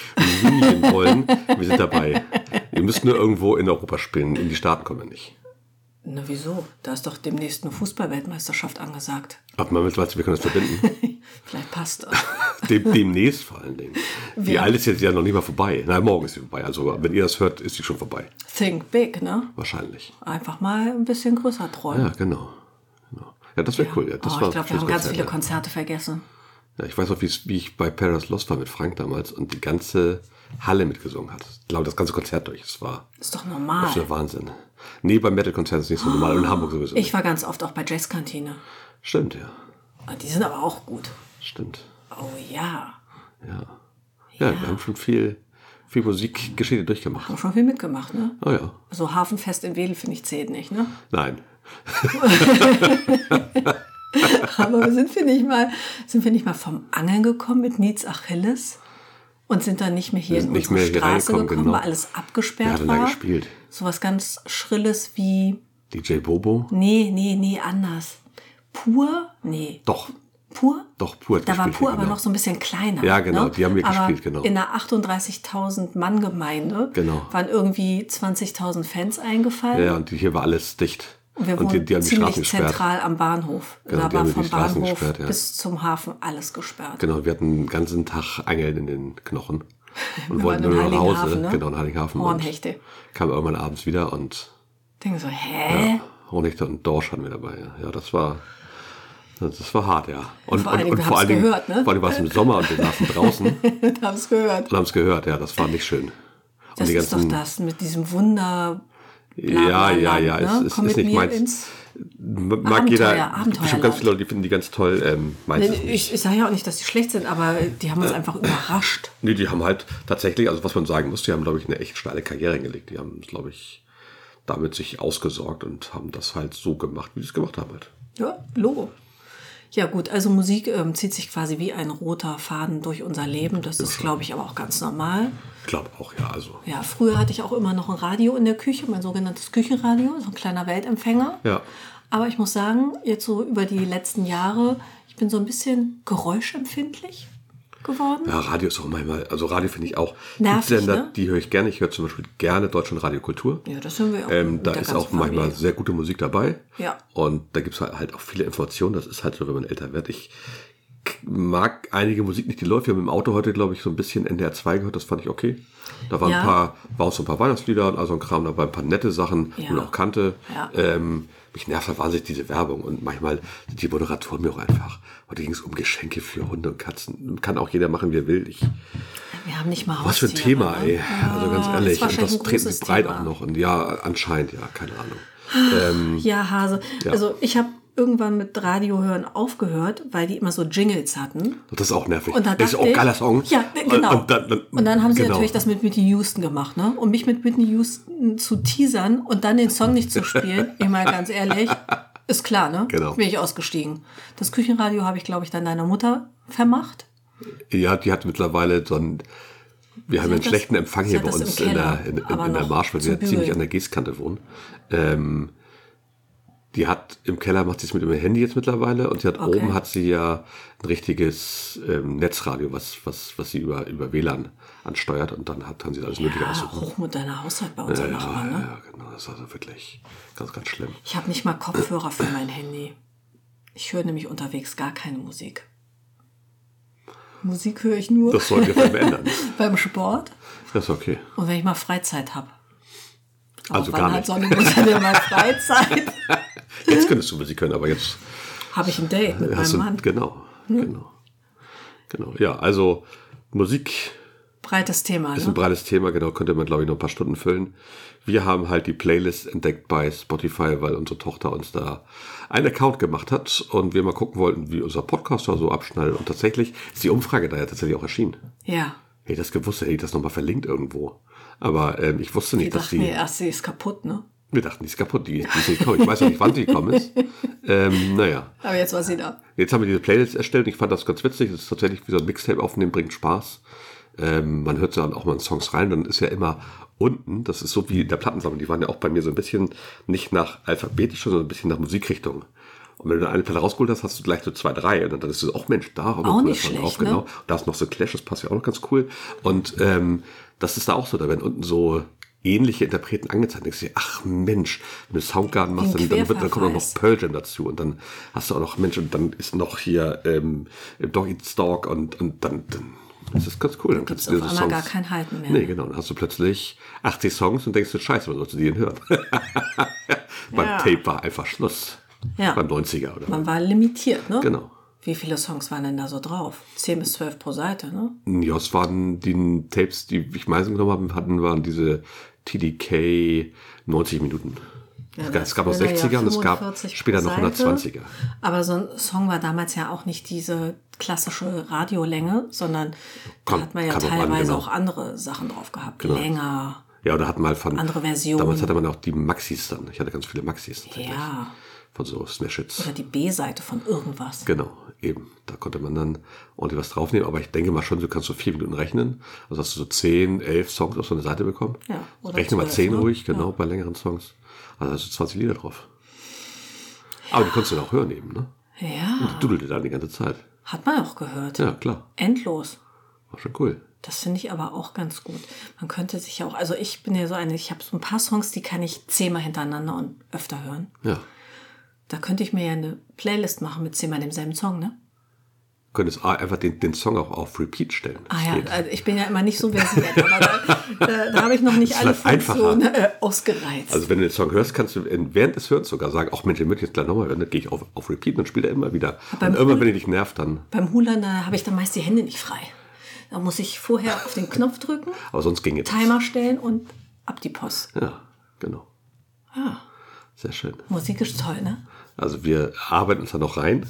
Speaker 2: reunion wollen, wir sind dabei. Wir müssen nur irgendwo in Europa spielen, in die Staaten kommen wir nicht.
Speaker 1: Na wieso? Da ist doch demnächst eine Fußballweltmeisterschaft angesagt.
Speaker 2: Aber man weiß, wir können das verbinden.
Speaker 1: Vielleicht passt das.
Speaker 2: Dem, demnächst vor allen Dingen. Die
Speaker 1: Ja.
Speaker 2: alte ist jetzt ja noch nicht mal vorbei. Nein, morgen ist sie vorbei. Also wenn ihr das hört, ist sie schon vorbei.
Speaker 1: Think big, ne?
Speaker 2: Wahrscheinlich.
Speaker 1: Einfach mal ein bisschen größer träumen.
Speaker 2: Ja, genau. genau. Ja, das wäre cool. Ja, das
Speaker 1: oh,
Speaker 2: war
Speaker 1: ich glaube, wir
Speaker 2: schönes
Speaker 1: haben ganz
Speaker 2: Konzert,
Speaker 1: viele
Speaker 2: ja.
Speaker 1: Konzerte vergessen.
Speaker 2: Ja, ich weiß noch, wie es- wie ich bei Paris Lost war mit Frank damals und die ganze Halle mitgesungen hat. Ich glaube, das ganze Konzert durch. Es war
Speaker 1: Ist doch
Speaker 2: das
Speaker 1: normal.
Speaker 2: war Wahnsinn. Nee, beim Metal-Konzert ist nicht so normal. Und in Hamburg sowieso. Nicht.
Speaker 1: Ich war ganz oft auch bei Jazzkantine.
Speaker 2: Stimmt, ja.
Speaker 1: Ah, Die sind aber auch gut.
Speaker 2: Stimmt.
Speaker 1: Oh ja.
Speaker 2: Ja. Ja, wir haben schon viel, viel Musikgeschichte durchgemacht.
Speaker 1: Haben schon viel mitgemacht, ne?
Speaker 2: Oh ja.
Speaker 1: So Hafenfest in Wedel, finde ich, zählt nicht, ne?
Speaker 2: Nein.
Speaker 1: Aber sind wir nicht mal, sind wir nicht mal vom Angeln gekommen mit Nietz Achilles? Und sind dann nicht mehr hier in
Speaker 2: sind nicht
Speaker 1: unsere
Speaker 2: mehr hier
Speaker 1: Straße
Speaker 2: reingekommen,
Speaker 1: gekommen,
Speaker 2: genau.
Speaker 1: weil alles
Speaker 2: Wer
Speaker 1: abgesperrt
Speaker 2: hat denn
Speaker 1: war?
Speaker 2: da gespielt?
Speaker 1: Sowas ganz Schrilles wie,
Speaker 2: DJ Bobo?
Speaker 1: nee, nee, nee, anders. Pur? Nee.
Speaker 2: Doch.
Speaker 1: Pur?
Speaker 2: Doch, Pur hat
Speaker 1: Da war
Speaker 2: gespielt,
Speaker 1: Pur
Speaker 2: ja,
Speaker 1: aber
Speaker 2: genau.
Speaker 1: noch so ein bisschen kleiner.
Speaker 2: Ja, genau,
Speaker 1: ne?
Speaker 2: die haben wir
Speaker 1: aber
Speaker 2: gespielt, genau.
Speaker 1: In einer 38.000 Mann Gemeinde
Speaker 2: Genau.
Speaker 1: waren irgendwie 20.000 Fans eingefallen.
Speaker 2: Ja, und die- hier war alles dicht.
Speaker 1: Und wir
Speaker 2: und die,
Speaker 1: wohnen
Speaker 2: die haben die Straßen
Speaker 1: ziemlich
Speaker 2: gesperrt.
Speaker 1: zentral am Bahnhof.
Speaker 2: Genau,
Speaker 1: da
Speaker 2: die
Speaker 1: war
Speaker 2: haben die
Speaker 1: vom
Speaker 2: Straßen
Speaker 1: Bahnhof
Speaker 2: gesperrt, ja.
Speaker 1: bis zum Hafen alles gesperrt.
Speaker 2: Genau, wir hatten den ganzen Tag Angeln in den Knochen und
Speaker 1: Wir
Speaker 2: wollten
Speaker 1: waren
Speaker 2: nur
Speaker 1: in
Speaker 2: noch nach Hause.
Speaker 1: Heiligenhafen, ne?
Speaker 2: Genau, in Heiligenhafen.
Speaker 1: Hornhechte.
Speaker 2: Und kam irgendwann abends wieder und
Speaker 1: Denke so, hä?
Speaker 2: Hornhechte Ah, und Dorsch hatten wir dabei. Ja, ja das war. Das war hart, ja.
Speaker 1: Vor
Speaker 2: Und und,
Speaker 1: allen Dingen,
Speaker 2: und
Speaker 1: wir haben's
Speaker 2: allen Dingen,
Speaker 1: gehört, ne?
Speaker 2: vor allen Dingen war es im Sommer und wir saßen draußen und
Speaker 1: Ja. Haben es gehört.
Speaker 2: haben es gehört, ja, das war nicht schön. Und
Speaker 1: Das ist doch das mit diesem Wunder. bla,
Speaker 2: ja,
Speaker 1: bla,
Speaker 2: ja,
Speaker 1: Land,
Speaker 2: ja,
Speaker 1: ne?
Speaker 2: es, es
Speaker 1: Komm
Speaker 2: ist
Speaker 1: mit
Speaker 2: nicht
Speaker 1: mir
Speaker 2: meins.
Speaker 1: ins
Speaker 2: Mag
Speaker 1: Abenteuer,
Speaker 2: jeder, es gibt bestimmt ganz
Speaker 1: Abenteuerland.
Speaker 2: viele Leute, die finden die ganz toll, ähm, meins
Speaker 1: Nee,
Speaker 2: ist Äh. nicht.
Speaker 1: Ich, ich sage ja auch nicht, dass die schlecht sind, aber die haben uns einfach überrascht.
Speaker 2: Nee, die haben halt tatsächlich, also was man sagen muss, die haben, glaube ich, eine echt steile Karriere hingelegt. Die haben, glaube ich, damit sich ausgesorgt und haben das halt so gemacht, wie sie es gemacht haben halt.
Speaker 1: Ja, Logo. Ja gut, also Musik ähm, zieht sich quasi wie ein roter Faden durch unser Leben. Das ist, glaube ich, aber auch ganz normal.
Speaker 2: Ich glaube auch, ja, also.
Speaker 1: Ja, früher hatte ich auch immer noch ein Radio in der Küche, mein sogenanntes Küchenradio, so ein kleiner Weltempfänger.
Speaker 2: Ja.
Speaker 1: Aber ich muss sagen, jetzt so über die letzten Jahre, ich bin so ein bisschen geräuschempfindlich geworden.
Speaker 2: Ja, Radio ist auch manchmal, also Radio finde ich auch.
Speaker 1: Nervig,
Speaker 2: Gibt's Sender,
Speaker 1: ne?
Speaker 2: die höre ich gerne. Ich höre zum Beispiel gerne Deutschland Radio Kultur.
Speaker 1: Ja, das hören wir auch.
Speaker 2: Ähm,
Speaker 1: mit
Speaker 2: da
Speaker 1: der
Speaker 2: ist
Speaker 1: ganzen
Speaker 2: auch manchmal
Speaker 1: Familie.
Speaker 2: sehr gute Musik dabei.
Speaker 1: Ja.
Speaker 2: Und da gibt es halt, halt auch viele Informationen. Das ist halt so, wenn man älter wird. Ich k- mag einige Musik nicht, die läuft. Wir haben im Auto heute, glaube ich, so ein bisschen NDR 2 gehört. Das fand ich okay. Da waren
Speaker 1: Ja.
Speaker 2: ein paar, waren auch so ein paar Weihnachtslieder und also ein Kram dabei, ein paar nette Sachen, die
Speaker 1: Ja.
Speaker 2: man auch kannte.
Speaker 1: Ja.
Speaker 2: Ähm, mich nervt halt wahnsinnig diese Werbung und manchmal sind die Moderatoren mir auch einfach. Heute ging es um Geschenke für Hunde und Katzen. Kann auch jeder machen, wie er will. Ich,
Speaker 1: Wir haben nicht mal
Speaker 2: was für ein
Speaker 1: Haustiere,
Speaker 2: Thema,
Speaker 1: ne?
Speaker 2: ey. also ganz
Speaker 1: Ja,
Speaker 2: ehrlich.
Speaker 1: Ist wahrscheinlich
Speaker 2: Und das
Speaker 1: ein
Speaker 2: treten
Speaker 1: großes
Speaker 2: sie breit
Speaker 1: Thema.
Speaker 2: auch noch. Und ja, anscheinend, ja, keine Ahnung.
Speaker 1: Ja, Hase. Also ich habe irgendwann mit Radiohören aufgehört, weil die immer so Jingles hatten.
Speaker 2: Und das ist auch nervig.
Speaker 1: Und da
Speaker 2: das ist
Speaker 1: dachte
Speaker 2: auch ein
Speaker 1: ich-
Speaker 2: geiler Song.
Speaker 1: Ja, ne, genau.
Speaker 2: Und, und dann, dann,
Speaker 1: Und dann haben sie
Speaker 2: genau.
Speaker 1: natürlich das mit Whitney Houston gemacht, ne? Um mich mit Whitney Houston zu teasern und dann den Song nicht zu spielen, ich meine ganz ehrlich, ist klar, ne?
Speaker 2: Genau.
Speaker 1: Bin ich ausgestiegen. Das Küchenradio habe ich, glaube ich, dann deiner Mutter vermacht.
Speaker 2: Ja, die hat mittlerweile so einen. Wir haben
Speaker 1: hat
Speaker 2: einen
Speaker 1: das-
Speaker 2: schlechten Empfang
Speaker 1: sie
Speaker 2: hier
Speaker 1: hat
Speaker 2: bei
Speaker 1: das
Speaker 2: uns
Speaker 1: im
Speaker 2: in
Speaker 1: Keller,
Speaker 2: der, in, in,
Speaker 1: aber
Speaker 2: in der
Speaker 1: noch
Speaker 2: Marsch, weil
Speaker 1: zu
Speaker 2: wir
Speaker 1: bügeln.
Speaker 2: ziemlich an der Gießkante wohnen. Ähm, die hat im Keller macht sie es mit ihrem Handy jetzt mittlerweile und sie hat
Speaker 1: Okay.
Speaker 2: oben hat sie ja ein richtiges ähm, Netzradio, was, was, was sie über, über WLAN ansteuert und dann hat, haben sie alles Mögliche
Speaker 1: Ja,
Speaker 2: aussuchen.
Speaker 1: hochmoderner Ah, Haushalt bei uns
Speaker 2: Ja,
Speaker 1: ja,
Speaker 2: ja,
Speaker 1: Nachbarn, ne?
Speaker 2: ja, genau. Das ist also wirklich ganz, ganz schlimm.
Speaker 1: Ich habe nicht mal Kopfhörer für mein Handy. Ich höre nämlich unterwegs gar keine Musik. Musik höre ich nur
Speaker 2: Das sollten wir vielleicht mal ändern.
Speaker 1: beim Sport
Speaker 2: Das ist okay.
Speaker 1: und wenn ich mal Freizeit habe.
Speaker 2: Also
Speaker 1: wann
Speaker 2: gar
Speaker 1: hat
Speaker 2: nicht.
Speaker 1: Sonne muss denn mal Freizeit?
Speaker 2: Jetzt könntest du Musik hören, aber jetzt
Speaker 1: Habe ich ein Date mit
Speaker 2: hast
Speaker 1: meinem
Speaker 2: du.
Speaker 1: Mann. Hm.
Speaker 2: Genau, genau. Genau. Ja, also Musik
Speaker 1: Breites Thema.
Speaker 2: ist ein
Speaker 1: Ne?
Speaker 2: breites Thema, genau, könnte man, glaube ich, noch ein paar Stunden füllen. Wir haben halt die Playlist entdeckt bei Spotify, weil unsere Tochter uns da einen Account gemacht hat und wir mal gucken wollten, wie unser Podcast da so abschneidet. Und tatsächlich ist die Umfrage da ja tatsächlich auch erschienen.
Speaker 1: Ja.
Speaker 2: Hätte ich das gewusst, hätte ich das nochmal verlinkt irgendwo. Aber ähm, ich wusste
Speaker 1: Die
Speaker 2: nicht, dass
Speaker 1: dachten,
Speaker 2: die.
Speaker 1: nee, erst sie ist kaputt, ne?
Speaker 2: Wir dachten, die ist kaputt, die, die ist nicht gekommen. Ich weiß auch nicht, wann sie gekommen ist. Ähm, naja.
Speaker 1: Aber jetzt war sie da.
Speaker 2: Jetzt haben wir diese Playlist erstellt und ich fand das ganz witzig. Das ist tatsächlich wie so ein Mixtape aufnehmen, bringt Spaß. Ähm, man hört dann auch mal in Songs rein, dann ist ja immer unten, das ist so wie in der Plattensammlung, die waren ja auch bei mir so ein bisschen nicht nach alphabetisch, sondern ein bisschen nach Musikrichtung. Und wenn du dann eine Platte rausgeholt hast, hast du gleich so zwei, drei. Und dann dachtest du, ach Mensch, da haben wir
Speaker 1: Auch
Speaker 2: einen
Speaker 1: nicht
Speaker 2: coolen Song
Speaker 1: schlecht,
Speaker 2: genau.
Speaker 1: ne?
Speaker 2: Und da ist noch so Clash, das passt ja auch noch ganz cool. Und ähm, das ist da auch so, da werden unten so ähnliche Interpreten angezeigt. Da denkst du dir, ach Mensch, wenn du Soundgarden machst, dann,
Speaker 1: Ein
Speaker 2: dann, wird, dann kommt auch noch
Speaker 1: Querverweis.
Speaker 2: Pearl Jam dazu und dann hast du auch noch Mensch und dann ist noch hier ähm, Dog Eats Dog und, und dann, dann ist das ganz cool. Dann
Speaker 1: Gibt's
Speaker 2: kannst
Speaker 1: auf einmal gar kein Halten mehr.
Speaker 2: Nee, genau. Dann hast du plötzlich 80 Songs und denkst du, scheiße, wann sollst du die denn hören? Beim
Speaker 1: Ja.
Speaker 2: Tape war einfach Schluss.
Speaker 1: Ja.
Speaker 2: Beim 90er oder
Speaker 1: Man war limitiert, ne?
Speaker 2: Genau.
Speaker 1: Wie viele Songs waren denn da so drauf? 10 bis 12 pro Seite, ne?
Speaker 2: Ja, es waren die Tapes, die ich meistens genommen habe, hatten, waren diese TDK 90 Minuten.
Speaker 1: Ja,
Speaker 2: es gab,
Speaker 1: das
Speaker 2: es gab auch
Speaker 1: wäre ja
Speaker 2: 60er und es gab
Speaker 1: 45 pro
Speaker 2: später noch
Speaker 1: Seite.
Speaker 2: 120er.
Speaker 1: Aber so ein Song war damals ja auch nicht diese klassische Radiolänge, sondern
Speaker 2: Kommt-
Speaker 1: da hat man ja
Speaker 2: kam drauf an,
Speaker 1: teilweise
Speaker 2: genau.
Speaker 1: auch andere Sachen drauf gehabt. Länger.
Speaker 2: Ja, oder hat mal von.
Speaker 1: Andere Versionen.
Speaker 2: Damals hatte man auch die Maxis dann. Ich hatte ganz viele Maxis tatsächlich.
Speaker 1: Ja.
Speaker 2: Von so Smash Hits.
Speaker 1: Oder die B-Seite von irgendwas.
Speaker 2: Genau, eben. Da konnte man dann ordentlich was draufnehmen. Aber ich denke mal schon, du kannst so vier Minuten rechnen. Also hast du so zehn, elf Songs auf so eine Seite bekommen.
Speaker 1: Ja, oder
Speaker 2: Rechne mal
Speaker 1: zwölf,
Speaker 2: zehn
Speaker 1: ne?
Speaker 2: ruhig, genau, bei längeren Songs. Also hast du 20 Lieder drauf. Aber die konntest du dann auch hören eben, ne?
Speaker 1: Ja,
Speaker 2: Die dudelte dann die ganze Zeit.
Speaker 1: hat man auch gehört.
Speaker 2: Ja, klar.
Speaker 1: Endlos.
Speaker 2: War schon cool.
Speaker 1: Das finde ich aber auch ganz gut. Man könnte sich ja auch, also ich bin ja so eine, ich habe so ein paar Songs, die kann ich zehnmal hintereinander und öfter hören.
Speaker 2: Ja.
Speaker 1: Da könnte ich mir ja eine Playlist machen mit zehnmal demselben Song, ne?
Speaker 2: Du könntest a- einfach den, den Song auch auf Repeat stellen.
Speaker 1: Ah
Speaker 2: Das
Speaker 1: ja,
Speaker 2: geht.
Speaker 1: also ich bin ja immer nicht so versiert, aber da, da, da habe ich noch nicht
Speaker 2: Ist
Speaker 1: alle
Speaker 2: vielleicht
Speaker 1: Funktionen äh, ausgereizt.
Speaker 2: Also wenn du den Song hörst, kannst du in- während des Hörens sogar sagen, ach Mensch, den möchte ich jetzt gleich nochmal hören, dann gehe ich auf, auf Repeat, dann spielt er immer wieder.
Speaker 1: beim
Speaker 2: Und irgendwann,
Speaker 1: Hula-
Speaker 2: wenn er dich nervt, dann.
Speaker 1: Beim Hula, da habe ich dann meist die Hände nicht frei. Da muss ich vorher auf den Knopf drücken,
Speaker 2: Aber sonst ging jetzt.
Speaker 1: Timer stellen und ab die Post.
Speaker 2: Ja, genau. Sehr schön.
Speaker 1: Musik ist toll, ne?
Speaker 2: Also wir arbeiten uns da noch rein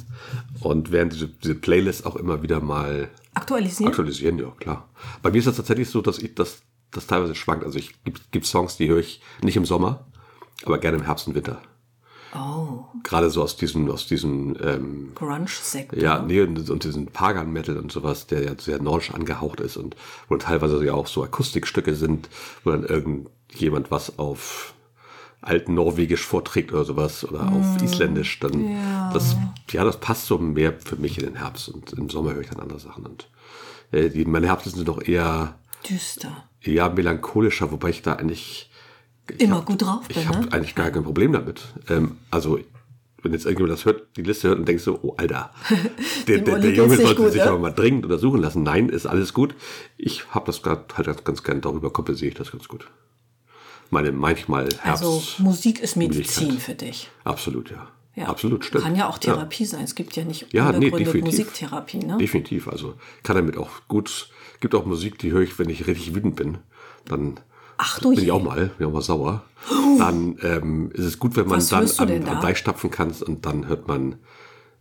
Speaker 2: und werden diese, diese Playlist auch immer wieder mal
Speaker 1: Aktualisieren.
Speaker 2: aktualisieren, ja klar. Bei mir ist das tatsächlich so, dass ich das, das teilweise schwankt. Also ich gibt gibt Songs, die höre ich nicht im Sommer, aber gerne im Herbst und Winter.
Speaker 1: oh,
Speaker 2: Gerade so aus diesem, aus diesem ähm,
Speaker 1: Grunge-Sektor.
Speaker 2: Ja, nee, und, und diesen Pagan-Metal und sowas, der ja sehr nordisch angehaucht ist und wo teilweise ja auch so Akustikstücke sind, wo dann irgendjemand was auf alten Norwegisch vorträgt oder sowas oder auf Isländisch, dann das, ja, das passt so mehr für mich in den Herbst und im Sommer höre ich dann andere Sachen und äh, die, meine Herbstlisten sind doch eher,
Speaker 1: Düster.
Speaker 2: eher melancholischer, wobei ich da eigentlich
Speaker 1: Immer gut drauf bin,
Speaker 2: ich habe
Speaker 1: ne?
Speaker 2: eigentlich gar kein Problem damit. Ähm, also, wenn jetzt irgendjemand das hört, die Liste hört und denkt so, oh Alter, der,
Speaker 1: Dem
Speaker 2: der,
Speaker 1: Olli
Speaker 2: der
Speaker 1: geht's
Speaker 2: Junge
Speaker 1: nicht
Speaker 2: sollte
Speaker 1: gut, ne?
Speaker 2: sich
Speaker 1: ja?
Speaker 2: aber mal dringend untersuchen lassen. Nein, ist alles gut. Ich habe das grad, halt ganz, ganz gern darüber kompensiere ich das ganz gut. Meine manchmal Herbst.
Speaker 1: Also Musik ist Medizin
Speaker 2: Müdigkeit.
Speaker 1: für dich.
Speaker 2: absolut, ja.
Speaker 1: Ja.
Speaker 2: Absolut, stimmt.
Speaker 1: Kann ja auch Therapie sein. Es gibt ja nicht
Speaker 2: Ja, nee,
Speaker 1: unbegründet
Speaker 2: definitiv.
Speaker 1: Musiktherapie, ne?
Speaker 2: Definitiv. Also kann damit auch gut. Gibt auch Musik, die höre ich, wenn ich richtig wütend bin. Dann
Speaker 1: Ach du
Speaker 2: bin ich
Speaker 1: je.
Speaker 2: auch mal, bin auch mal sauer. Dann ähm, ist es gut, wenn man
Speaker 1: Was
Speaker 2: dann
Speaker 1: hörst du
Speaker 2: am,
Speaker 1: denn da?
Speaker 2: am Deich stapfen kannst und dann hört man,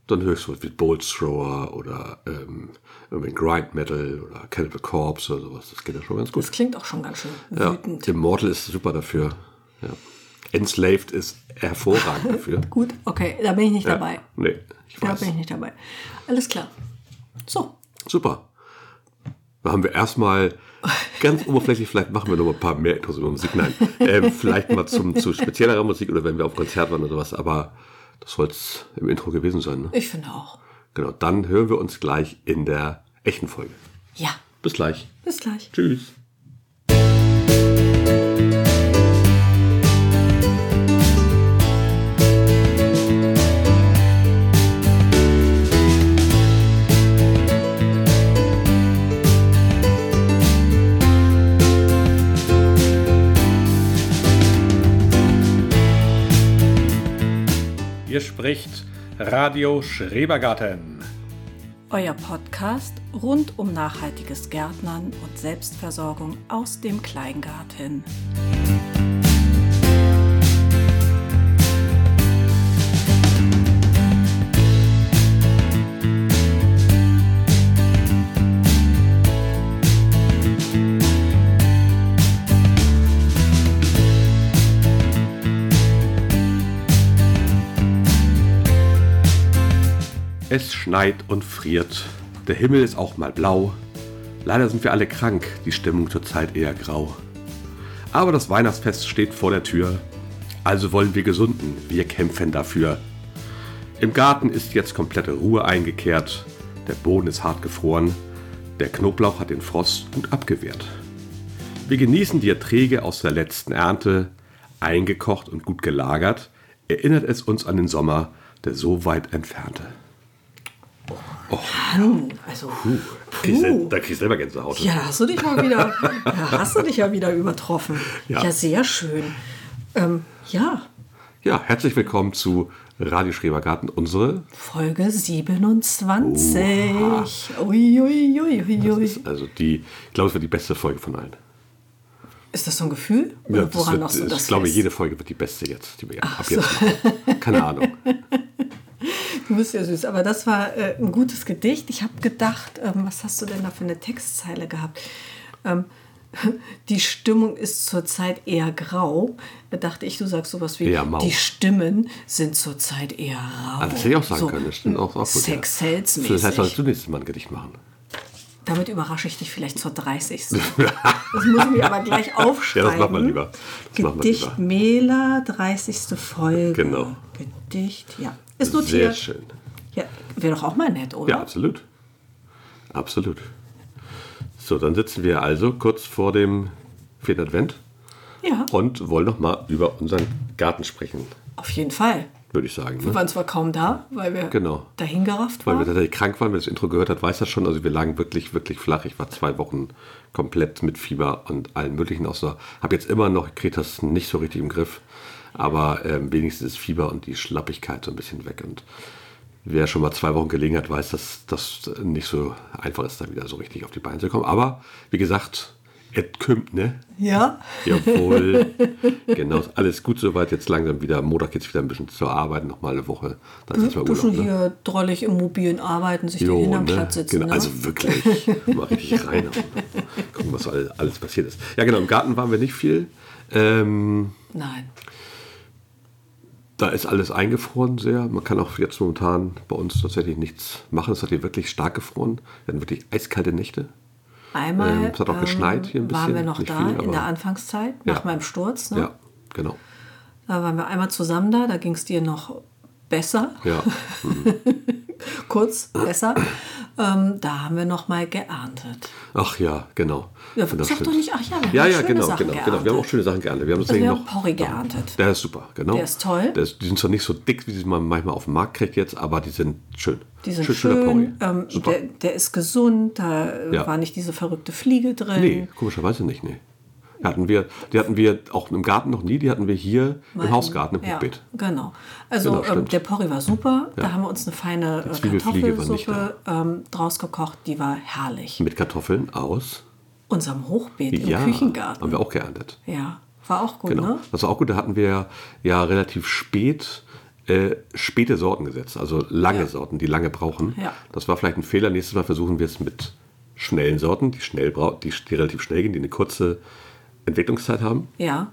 Speaker 2: dann hörst du wie Bolt Thrower oder ähm, irgendwie Grind Metal oder Cannibal Corpse oder sowas. Das geht ja schon ganz gut.
Speaker 1: Das klingt auch schon ganz schön
Speaker 2: Ja,
Speaker 1: wütend.
Speaker 2: Immortal ist super dafür. Ja. Enslaved ist hervorragend dafür.
Speaker 1: Gut, okay, da bin ich nicht dabei.
Speaker 2: Nee, ich
Speaker 1: Da
Speaker 2: weiß.
Speaker 1: bin ich nicht dabei. Alles klar. So,
Speaker 2: Super. Da haben wir erstmal ganz oberflächlich, vielleicht machen wir noch mal ein paar mehr Infos über Musik. Nein, ähm, vielleicht mal zum, zu speziellerer Musik oder wenn wir auf Konzert waren oder sowas, aber das soll es im Intro gewesen sein. Ne?
Speaker 1: ich finde auch.
Speaker 2: Genau, dann hören wir uns gleich in der echten Folge.
Speaker 1: Ja,
Speaker 2: Bis gleich.
Speaker 1: bis gleich.
Speaker 2: Tschüss.
Speaker 3: Hier spricht Radio Schrebergarten.
Speaker 1: Euer Podcast rund um nachhaltiges Gärtnern und Selbstversorgung aus dem Kleingarten.
Speaker 2: Es schneit und friert. Der Himmel ist auch mal blau. Leider sind wir alle krank, die Stimmung zurzeit eher grau. Aber das Weihnachtsfest steht vor der Tür. Also wollen wir gesunden, wir kämpfen dafür. Im Garten ist jetzt komplette Ruhe eingekehrt. Der Boden ist hart gefroren. Der Knoblauch hat den Frost gut abgewehrt. Wir genießen die Erträge aus der letzten Ernte. Eingekocht und gut gelagert, erinnert es uns an den Sommer, der so weit entfernte.
Speaker 1: Mann, also
Speaker 2: Kriegst
Speaker 1: Puh.
Speaker 2: du- Da kriegst du selber Gänsehaut.
Speaker 1: Ja, da hast du dich mal wieder, da hast du dich ja wieder übertroffen. Ja,
Speaker 2: Ja.
Speaker 1: sehr schön. Ähm, ja,
Speaker 2: Ja, herzlich willkommen zu Radio Schrebergarten, unsere.
Speaker 1: Folge 27. Uiuiuiui.
Speaker 2: Ah. Das ist also die, ich glaube, es wird die beste Folge von allen.
Speaker 1: Ist das so ein Gefühl? Oder
Speaker 2: das
Speaker 1: woran
Speaker 2: wird,
Speaker 1: machst du
Speaker 2: ich
Speaker 1: das?
Speaker 2: glaube,
Speaker 1: fest?
Speaker 2: jede Folge wird die beste jetzt, die wir ab jetzt machen. Keine Ahnung.
Speaker 1: Du bist ja süß, aber das war äh, ein gutes Gedicht. Ich habe gedacht, ähm, was hast du denn da für eine Textzeile gehabt? Ähm, die Stimmung ist zurzeit eher grau. Da dachte ich, du sagst sowas wie,
Speaker 2: Eher mau.
Speaker 1: die Stimmen sind zurzeit eher rau.
Speaker 2: Ah, das hätte ich auch sagen können. Das stimmt auch, auch gut.
Speaker 1: Sex
Speaker 2: ja.
Speaker 1: sells
Speaker 2: Das halt heißt, sollst du nächstes Mal ein Gedicht machen.
Speaker 1: Damit überrasche ich dich vielleicht zur 30. das muss ich mir aber gleich aufschreiben.
Speaker 2: Ja, das macht man lieber. Das macht man
Speaker 1: Gedicht
Speaker 2: lieber.
Speaker 1: Mela, 30. Folge.
Speaker 2: Genau.
Speaker 1: Gedicht, ja. Ist
Speaker 2: Sehr
Speaker 1: notiert.
Speaker 2: schön.
Speaker 1: Ja, wäre doch auch mal nett, oder?
Speaker 2: Ja, absolut. Absolut. So, dann sitzen wir also kurz vor dem vierten Advent
Speaker 1: Ja,
Speaker 2: und wollen nochmal über unseren Garten sprechen,
Speaker 1: auf jeden Fall.
Speaker 2: würde ich sagen. Ne?
Speaker 1: Wir waren zwar kaum da, weil wir
Speaker 2: Genau.
Speaker 1: dahin gerafft
Speaker 2: Weil wir
Speaker 1: waren.
Speaker 2: tatsächlich krank waren, wer das Intro gehört hat, weiß das schon. Also wir lagen wirklich, wirklich flach. Ich war zwei Wochen komplett mit Fieber und allen möglichen außer. Habe jetzt immer noch, kriege das nicht so richtig im Griff. Aber ähm, wenigstens ist Fieber und die Schlappigkeit so ein bisschen weg. Und wer schon mal zwei Wochen gelegen hat, weiß, dass das nicht so einfach ist, da wieder so richtig auf die Beine zu kommen. Aber wie gesagt, es kommt, ne?
Speaker 1: Ja,
Speaker 2: Jawohl. genau, ist alles gut soweit. Jetzt langsam wieder. Montag geht es wieder ein bisschen zur Arbeit, nochmal eine Woche. Dann ist
Speaker 1: ein
Speaker 2: erstmal
Speaker 1: bisschen
Speaker 2: Urlaub. Ne?
Speaker 1: hier drollig im mobilen Arbeiten, sich
Speaker 2: Jo,
Speaker 1: den
Speaker 2: ne?
Speaker 1: hinterm Platz sitzen.
Speaker 2: genau,
Speaker 1: ne?
Speaker 2: Also wirklich, mal richtig rein. Gucken, was all- alles passiert ist. Ja, genau, im Garten waren wir nicht viel. Ähm,
Speaker 1: Nein.
Speaker 2: da ist alles eingefroren sehr. Man kann auch jetzt momentan bei uns tatsächlich nichts machen. Es hat hier wirklich stark gefroren. Wir hatten wirklich eiskalte Nächte.
Speaker 1: Einmal
Speaker 2: Ähm, es hat auch geschneit hier ein
Speaker 1: waren wir
Speaker 2: bisschen,
Speaker 1: noch
Speaker 2: nicht
Speaker 1: da
Speaker 2: viel,
Speaker 1: in
Speaker 2: aber-
Speaker 1: der Anfangszeit,
Speaker 2: Ja.
Speaker 1: nach meinem Sturz. Ne?
Speaker 2: Ja, genau.
Speaker 1: Da waren wir einmal zusammen da, da ging es dir noch besser,
Speaker 2: Ja,
Speaker 1: kurz besser. Ähm, da haben wir noch mal geerntet.
Speaker 2: ach ja, genau.
Speaker 1: Ja,
Speaker 2: Und das
Speaker 1: sag doch
Speaker 2: stimmt.
Speaker 1: nicht, ach ja, wir haben
Speaker 2: ja, ja,
Speaker 1: schöne
Speaker 2: genau,
Speaker 1: Sachen
Speaker 2: genau, genau. Wir haben auch
Speaker 1: geerntet.
Speaker 2: schöne Sachen geerntet. Wir haben
Speaker 1: Also
Speaker 2: deswegen
Speaker 1: wir haben
Speaker 2: noch
Speaker 1: Porree geerntet.
Speaker 2: Der ist super, genau.
Speaker 1: Der ist toll.
Speaker 2: Der ist, die sind zwar nicht so dick, wie man manchmal auf dem Markt kriegt jetzt, aber die sind schön.
Speaker 1: Die sind
Speaker 2: schöner
Speaker 1: schön,
Speaker 2: Porree.
Speaker 1: ähm,
Speaker 2: super.
Speaker 1: der, der ist gesund, da äh,
Speaker 2: Ja.
Speaker 1: war nicht diese verrückte Fliege drin.
Speaker 2: nee, komischerweise nicht, nee. Die hatten wir, die hatten wir auch im Garten noch nie, die hatten wir hier im Hausgarten, im
Speaker 1: ja,
Speaker 2: Hochbeet.
Speaker 1: Genau. Also
Speaker 2: Genau,
Speaker 1: ähm,
Speaker 2: stimmt.
Speaker 1: der Porree war super, da haben wir uns eine feine äh,
Speaker 2: Zwiebelfliege war nicht
Speaker 1: Kartoffelsuppe ähm, draus gekocht, die war herrlich.
Speaker 2: Mit Kartoffeln aus.
Speaker 1: Unserem Hochbeet im
Speaker 2: ja,
Speaker 1: Küchengarten.
Speaker 2: haben wir auch geerntet.
Speaker 1: Ja, war auch gut,
Speaker 2: Genau.
Speaker 1: ne?
Speaker 2: Das war auch gut, da hatten wir ja relativ spät äh, späte Sorten gesetzt, also lange Sorten, die lange brauchen.
Speaker 1: Ja.
Speaker 2: Das war vielleicht ein Fehler. Nächstes Mal versuchen wir es mit schnellen Sorten, die, schnell brau die, die relativ schnell gehen, die eine kurze Entwicklungszeit haben.
Speaker 1: Ja,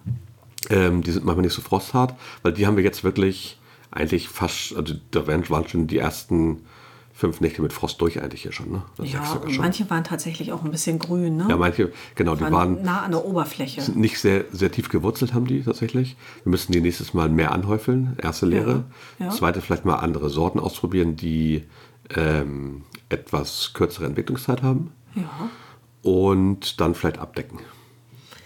Speaker 2: Ähm, die sind manchmal nicht so frosthart, weil die haben wir jetzt wirklich eigentlich fast, also da waren waren schon die ersten fünf Nächte mit Frost durch eigentlich hier schon, ne? Oder sechs
Speaker 1: ja
Speaker 2: sogar
Speaker 1: und
Speaker 2: schon.
Speaker 1: manche waren tatsächlich auch ein bisschen grün, ne?
Speaker 2: ja, manche, genau, die
Speaker 1: waren,
Speaker 2: waren
Speaker 1: nah an der Oberfläche.
Speaker 2: sind nicht sehr, sehr tief gewurzelt haben die tatsächlich. Wir müssen die nächstes Mal mehr anhäufeln. Erste Lehre.
Speaker 1: Ja.
Speaker 2: Zweite vielleicht mal andere Sorten ausprobieren, die ähm, etwas kürzere Entwicklungszeit haben.
Speaker 1: Ja.
Speaker 2: Und dann vielleicht abdecken.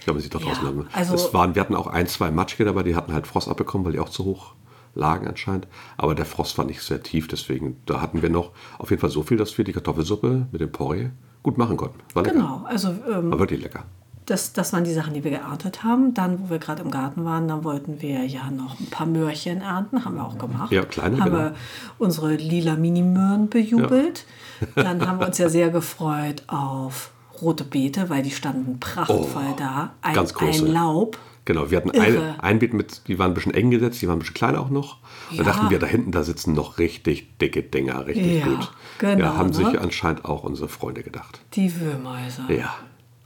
Speaker 2: Ich glaube, man sieht doch
Speaker 1: Ja,
Speaker 2: draußen. haben.
Speaker 1: also-
Speaker 2: es waren, wir hatten auch ein, zwei Matschke dabei, die hatten halt Frost abbekommen, weil die auch zu hoch lagen anscheinend. Aber der Frost war nicht sehr tief, deswegen da hatten wir noch auf jeden Fall so viel, dass wir die Kartoffelsuppe mit dem Porree gut machen konnten. War lecker.
Speaker 1: Genau, also ähm,
Speaker 2: War wirklich lecker.
Speaker 1: Das, das waren die Sachen, die wir geerntet haben. Dann, wo wir gerade im Garten waren, dann wollten wir ja noch ein paar Möhrchen ernten. Haben wir auch gemacht.
Speaker 2: Ja, kleine,
Speaker 1: Haben
Speaker 2: genau.
Speaker 1: wir unsere lila Mini-Möhren bejubelt. Dann haben wir uns ja sehr gefreut auf rote Beete, weil die standen prachtvoll da. Ein,
Speaker 2: Oh, ganz große.
Speaker 1: ein Laub.
Speaker 2: Genau, wir hatten
Speaker 1: Irre.
Speaker 2: ein, ein Beet mit, die waren ein bisschen eng gesetzt, die waren ein bisschen kleiner auch noch. Da
Speaker 1: Ja.
Speaker 2: dachten wir, da hinten, da sitzen noch richtig dicke Dinger, richtig
Speaker 1: Ja,
Speaker 2: gut.
Speaker 1: genau,
Speaker 2: ja, haben
Speaker 1: ne?
Speaker 2: sich anscheinend auch unsere Freunde gedacht.
Speaker 1: Die Würmäuser.
Speaker 2: Ja,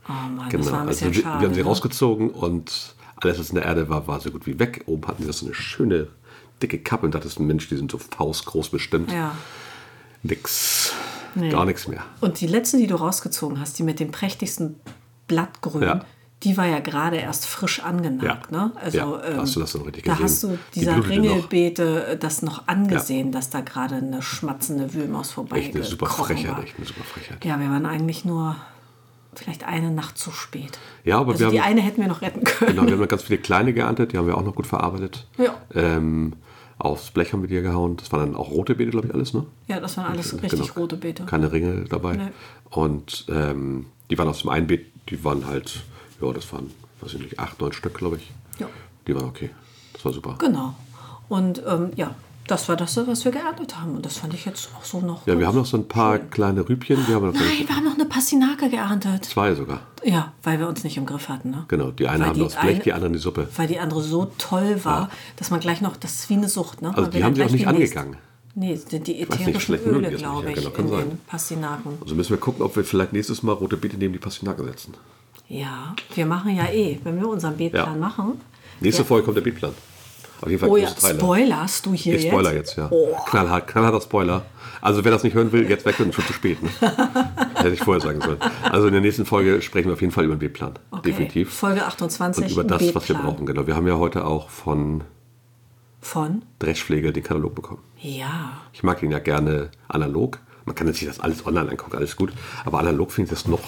Speaker 1: Oh Mann, das
Speaker 2: genau.
Speaker 1: war ein
Speaker 2: Also
Speaker 1: bisschen
Speaker 2: wir, wir
Speaker 1: schade.
Speaker 2: haben sie
Speaker 1: ne?
Speaker 2: rausgezogen und alles, was in der Erde war, war so gut wie weg. Oben hatten sie das so eine schöne, dicke Kappe und dachtest, Mensch, die sind so faustgroß bestimmt.
Speaker 1: Ja.
Speaker 2: Nix,
Speaker 1: Nee.
Speaker 2: gar nichts mehr.
Speaker 1: Und die letzte, die du rausgezogen hast, die mit dem prächtigsten Blattgrün,
Speaker 2: Ja.
Speaker 1: die war ja gerade erst frisch angenagt.
Speaker 2: Ja.
Speaker 1: Ne? Also,
Speaker 2: Ja, da hast du das noch richtig
Speaker 1: da
Speaker 2: gesehen.
Speaker 1: hast du
Speaker 2: Die
Speaker 1: dieser
Speaker 2: blutete noch.
Speaker 1: Ringelbeete äh, das noch angesehen, dass da gerade eine schmatzende Wühlmaus vorbei
Speaker 2: Echt eine super
Speaker 1: gekrochen
Speaker 2: Frechheit,
Speaker 1: war.
Speaker 2: echt eine super Frechheit.
Speaker 1: Ja, wir waren eigentlich nur vielleicht eine Nacht zu spät.
Speaker 2: Ja, aber
Speaker 1: also
Speaker 2: wir
Speaker 1: die
Speaker 2: haben-
Speaker 1: eine hätten wir noch retten können.
Speaker 2: Genau, wir haben ganz viele kleine geerntet, die haben wir auch noch gut verarbeitet.
Speaker 1: Ja.
Speaker 2: Ähm, aufs Blech haben wir die gehauen. Das waren dann auch rote Beete, glaube ich, alles, ne?
Speaker 1: Ja, das waren alles richtig rote Beete.
Speaker 2: genau, Keine Ringe dabei.
Speaker 1: Nee.
Speaker 2: Und ähm, die waren aus dem einen Beet, die waren halt, ja, das waren, weiß ich nicht, acht, neun Stück, glaube ich.
Speaker 1: Ja.
Speaker 2: Die waren okay. Das war super.
Speaker 1: Genau. Und ähm, ja, das war das, was wir geerntet haben. Und das fand ich jetzt auch so noch.
Speaker 2: Ja, wir haben noch so ein paar kleine Rübchen. Wir haben noch
Speaker 1: Nein, wir haben noch eine Passinake geerntet.
Speaker 2: zwei sogar.
Speaker 1: Ja, weil wir uns nicht im Griff hatten. Ne?
Speaker 2: Genau, die eine
Speaker 1: Weil
Speaker 2: haben wir aufs Blech, die andere in die Suppe.
Speaker 1: Weil die andere so toll war, dass man gleich noch, das ist wie eine Sucht. Ne?
Speaker 2: Also
Speaker 1: Man
Speaker 2: die
Speaker 1: will dann
Speaker 2: haben sie auch
Speaker 1: gleich
Speaker 2: nicht
Speaker 1: die nächste-
Speaker 2: angegangen.
Speaker 1: Nee, es sind die
Speaker 2: weiß nicht,
Speaker 1: ätherischen
Speaker 2: vielleicht mögen die
Speaker 1: Öle,
Speaker 2: das nicht.
Speaker 1: glaube
Speaker 2: Ja,
Speaker 1: ich,
Speaker 2: genau, kann
Speaker 1: in
Speaker 2: sein.
Speaker 1: den Pastinaken.
Speaker 2: Also müssen wir gucken, ob wir vielleicht nächstes Mal rote Beete neben die Pastinaken setzen.
Speaker 1: Ja, wir machen ja eh, wenn wir unseren Beetplan
Speaker 2: Ja.
Speaker 1: machen.
Speaker 2: Nächste
Speaker 1: ja.
Speaker 2: Folge kommt der Beetplan. Auf jeden Fall
Speaker 1: Oh ja,
Speaker 2: große Teile.
Speaker 1: spoilerst du hier
Speaker 2: Ich spoiler
Speaker 1: jetzt? Oh.
Speaker 2: jetzt, ja. Knallhart, knallharter Spoiler. Also wer das nicht hören will, jetzt weg und schon zu spät. Ne? Hätte ich vorher sagen sollen. Also in der nächsten Folge sprechen wir auf jeden Fall über den B-Plan.
Speaker 1: Okay.
Speaker 2: Definitiv.
Speaker 1: Folge 28.
Speaker 2: Und über das, was wir
Speaker 1: Beetplan
Speaker 2: brauchen, genau. Wir haben ja heute auch von
Speaker 1: Von?
Speaker 2: Dreschpflege den Katalog bekommen.
Speaker 1: Ja.
Speaker 2: Ich mag ihn ja gerne analog. Man kann sich das alles online angucken, alles gut. Aber analog finde ich das noch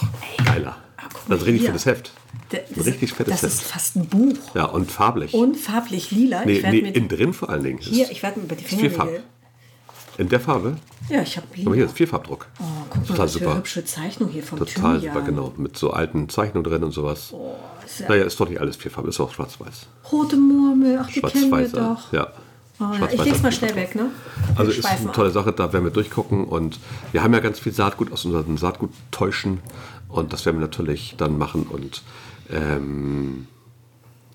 Speaker 2: geiler.
Speaker 1: ah, guck mal
Speaker 2: Das ist ein richtig
Speaker 1: hier.
Speaker 2: fettes Heft.
Speaker 1: D-
Speaker 2: Ein richtig fettes
Speaker 1: Das ist
Speaker 2: Heft.
Speaker 1: fast ein Buch.
Speaker 2: Ja, und farblich.
Speaker 1: Und farblich lila.
Speaker 2: nee,
Speaker 1: ich werd
Speaker 2: nee,
Speaker 1: mit,
Speaker 2: innen drin vor allen Dingen.
Speaker 1: hier, ich werde mir über die
Speaker 2: ist viel
Speaker 1: Fingernägel.
Speaker 2: Farb. In der Farbe.
Speaker 1: Ja, ich habe lila.
Speaker 2: Aber hier ist Vierfarbdruck.
Speaker 1: Oh, guck mal,
Speaker 2: Total
Speaker 1: was für eine
Speaker 2: super.
Speaker 1: hübsche Zeichnung hier vom
Speaker 2: Total
Speaker 1: Thymian.
Speaker 2: super, genau. Mit so alten Zeichnungen drin und sowas.
Speaker 1: Oh. Ist ja
Speaker 2: Naja, ist doch nicht alles Vierfarben, ist auch schwarz-weiß.
Speaker 1: Rote Murmel, ach, die kennen wir
Speaker 2: Schwarz-weiß,
Speaker 1: doch.
Speaker 2: ja.
Speaker 1: Oh, ja.
Speaker 2: Schwarz-weiß
Speaker 1: Ich leg's mal
Speaker 2: hat-
Speaker 1: schnell weg, ne?
Speaker 2: Also
Speaker 1: Wir
Speaker 2: ist
Speaker 1: schweifen
Speaker 2: eine tolle Sache, da werden wir durchgucken und wir haben ja ganz viel Saatgut aus unseren Saatgut täuschen und das werden wir natürlich dann machen und ähm,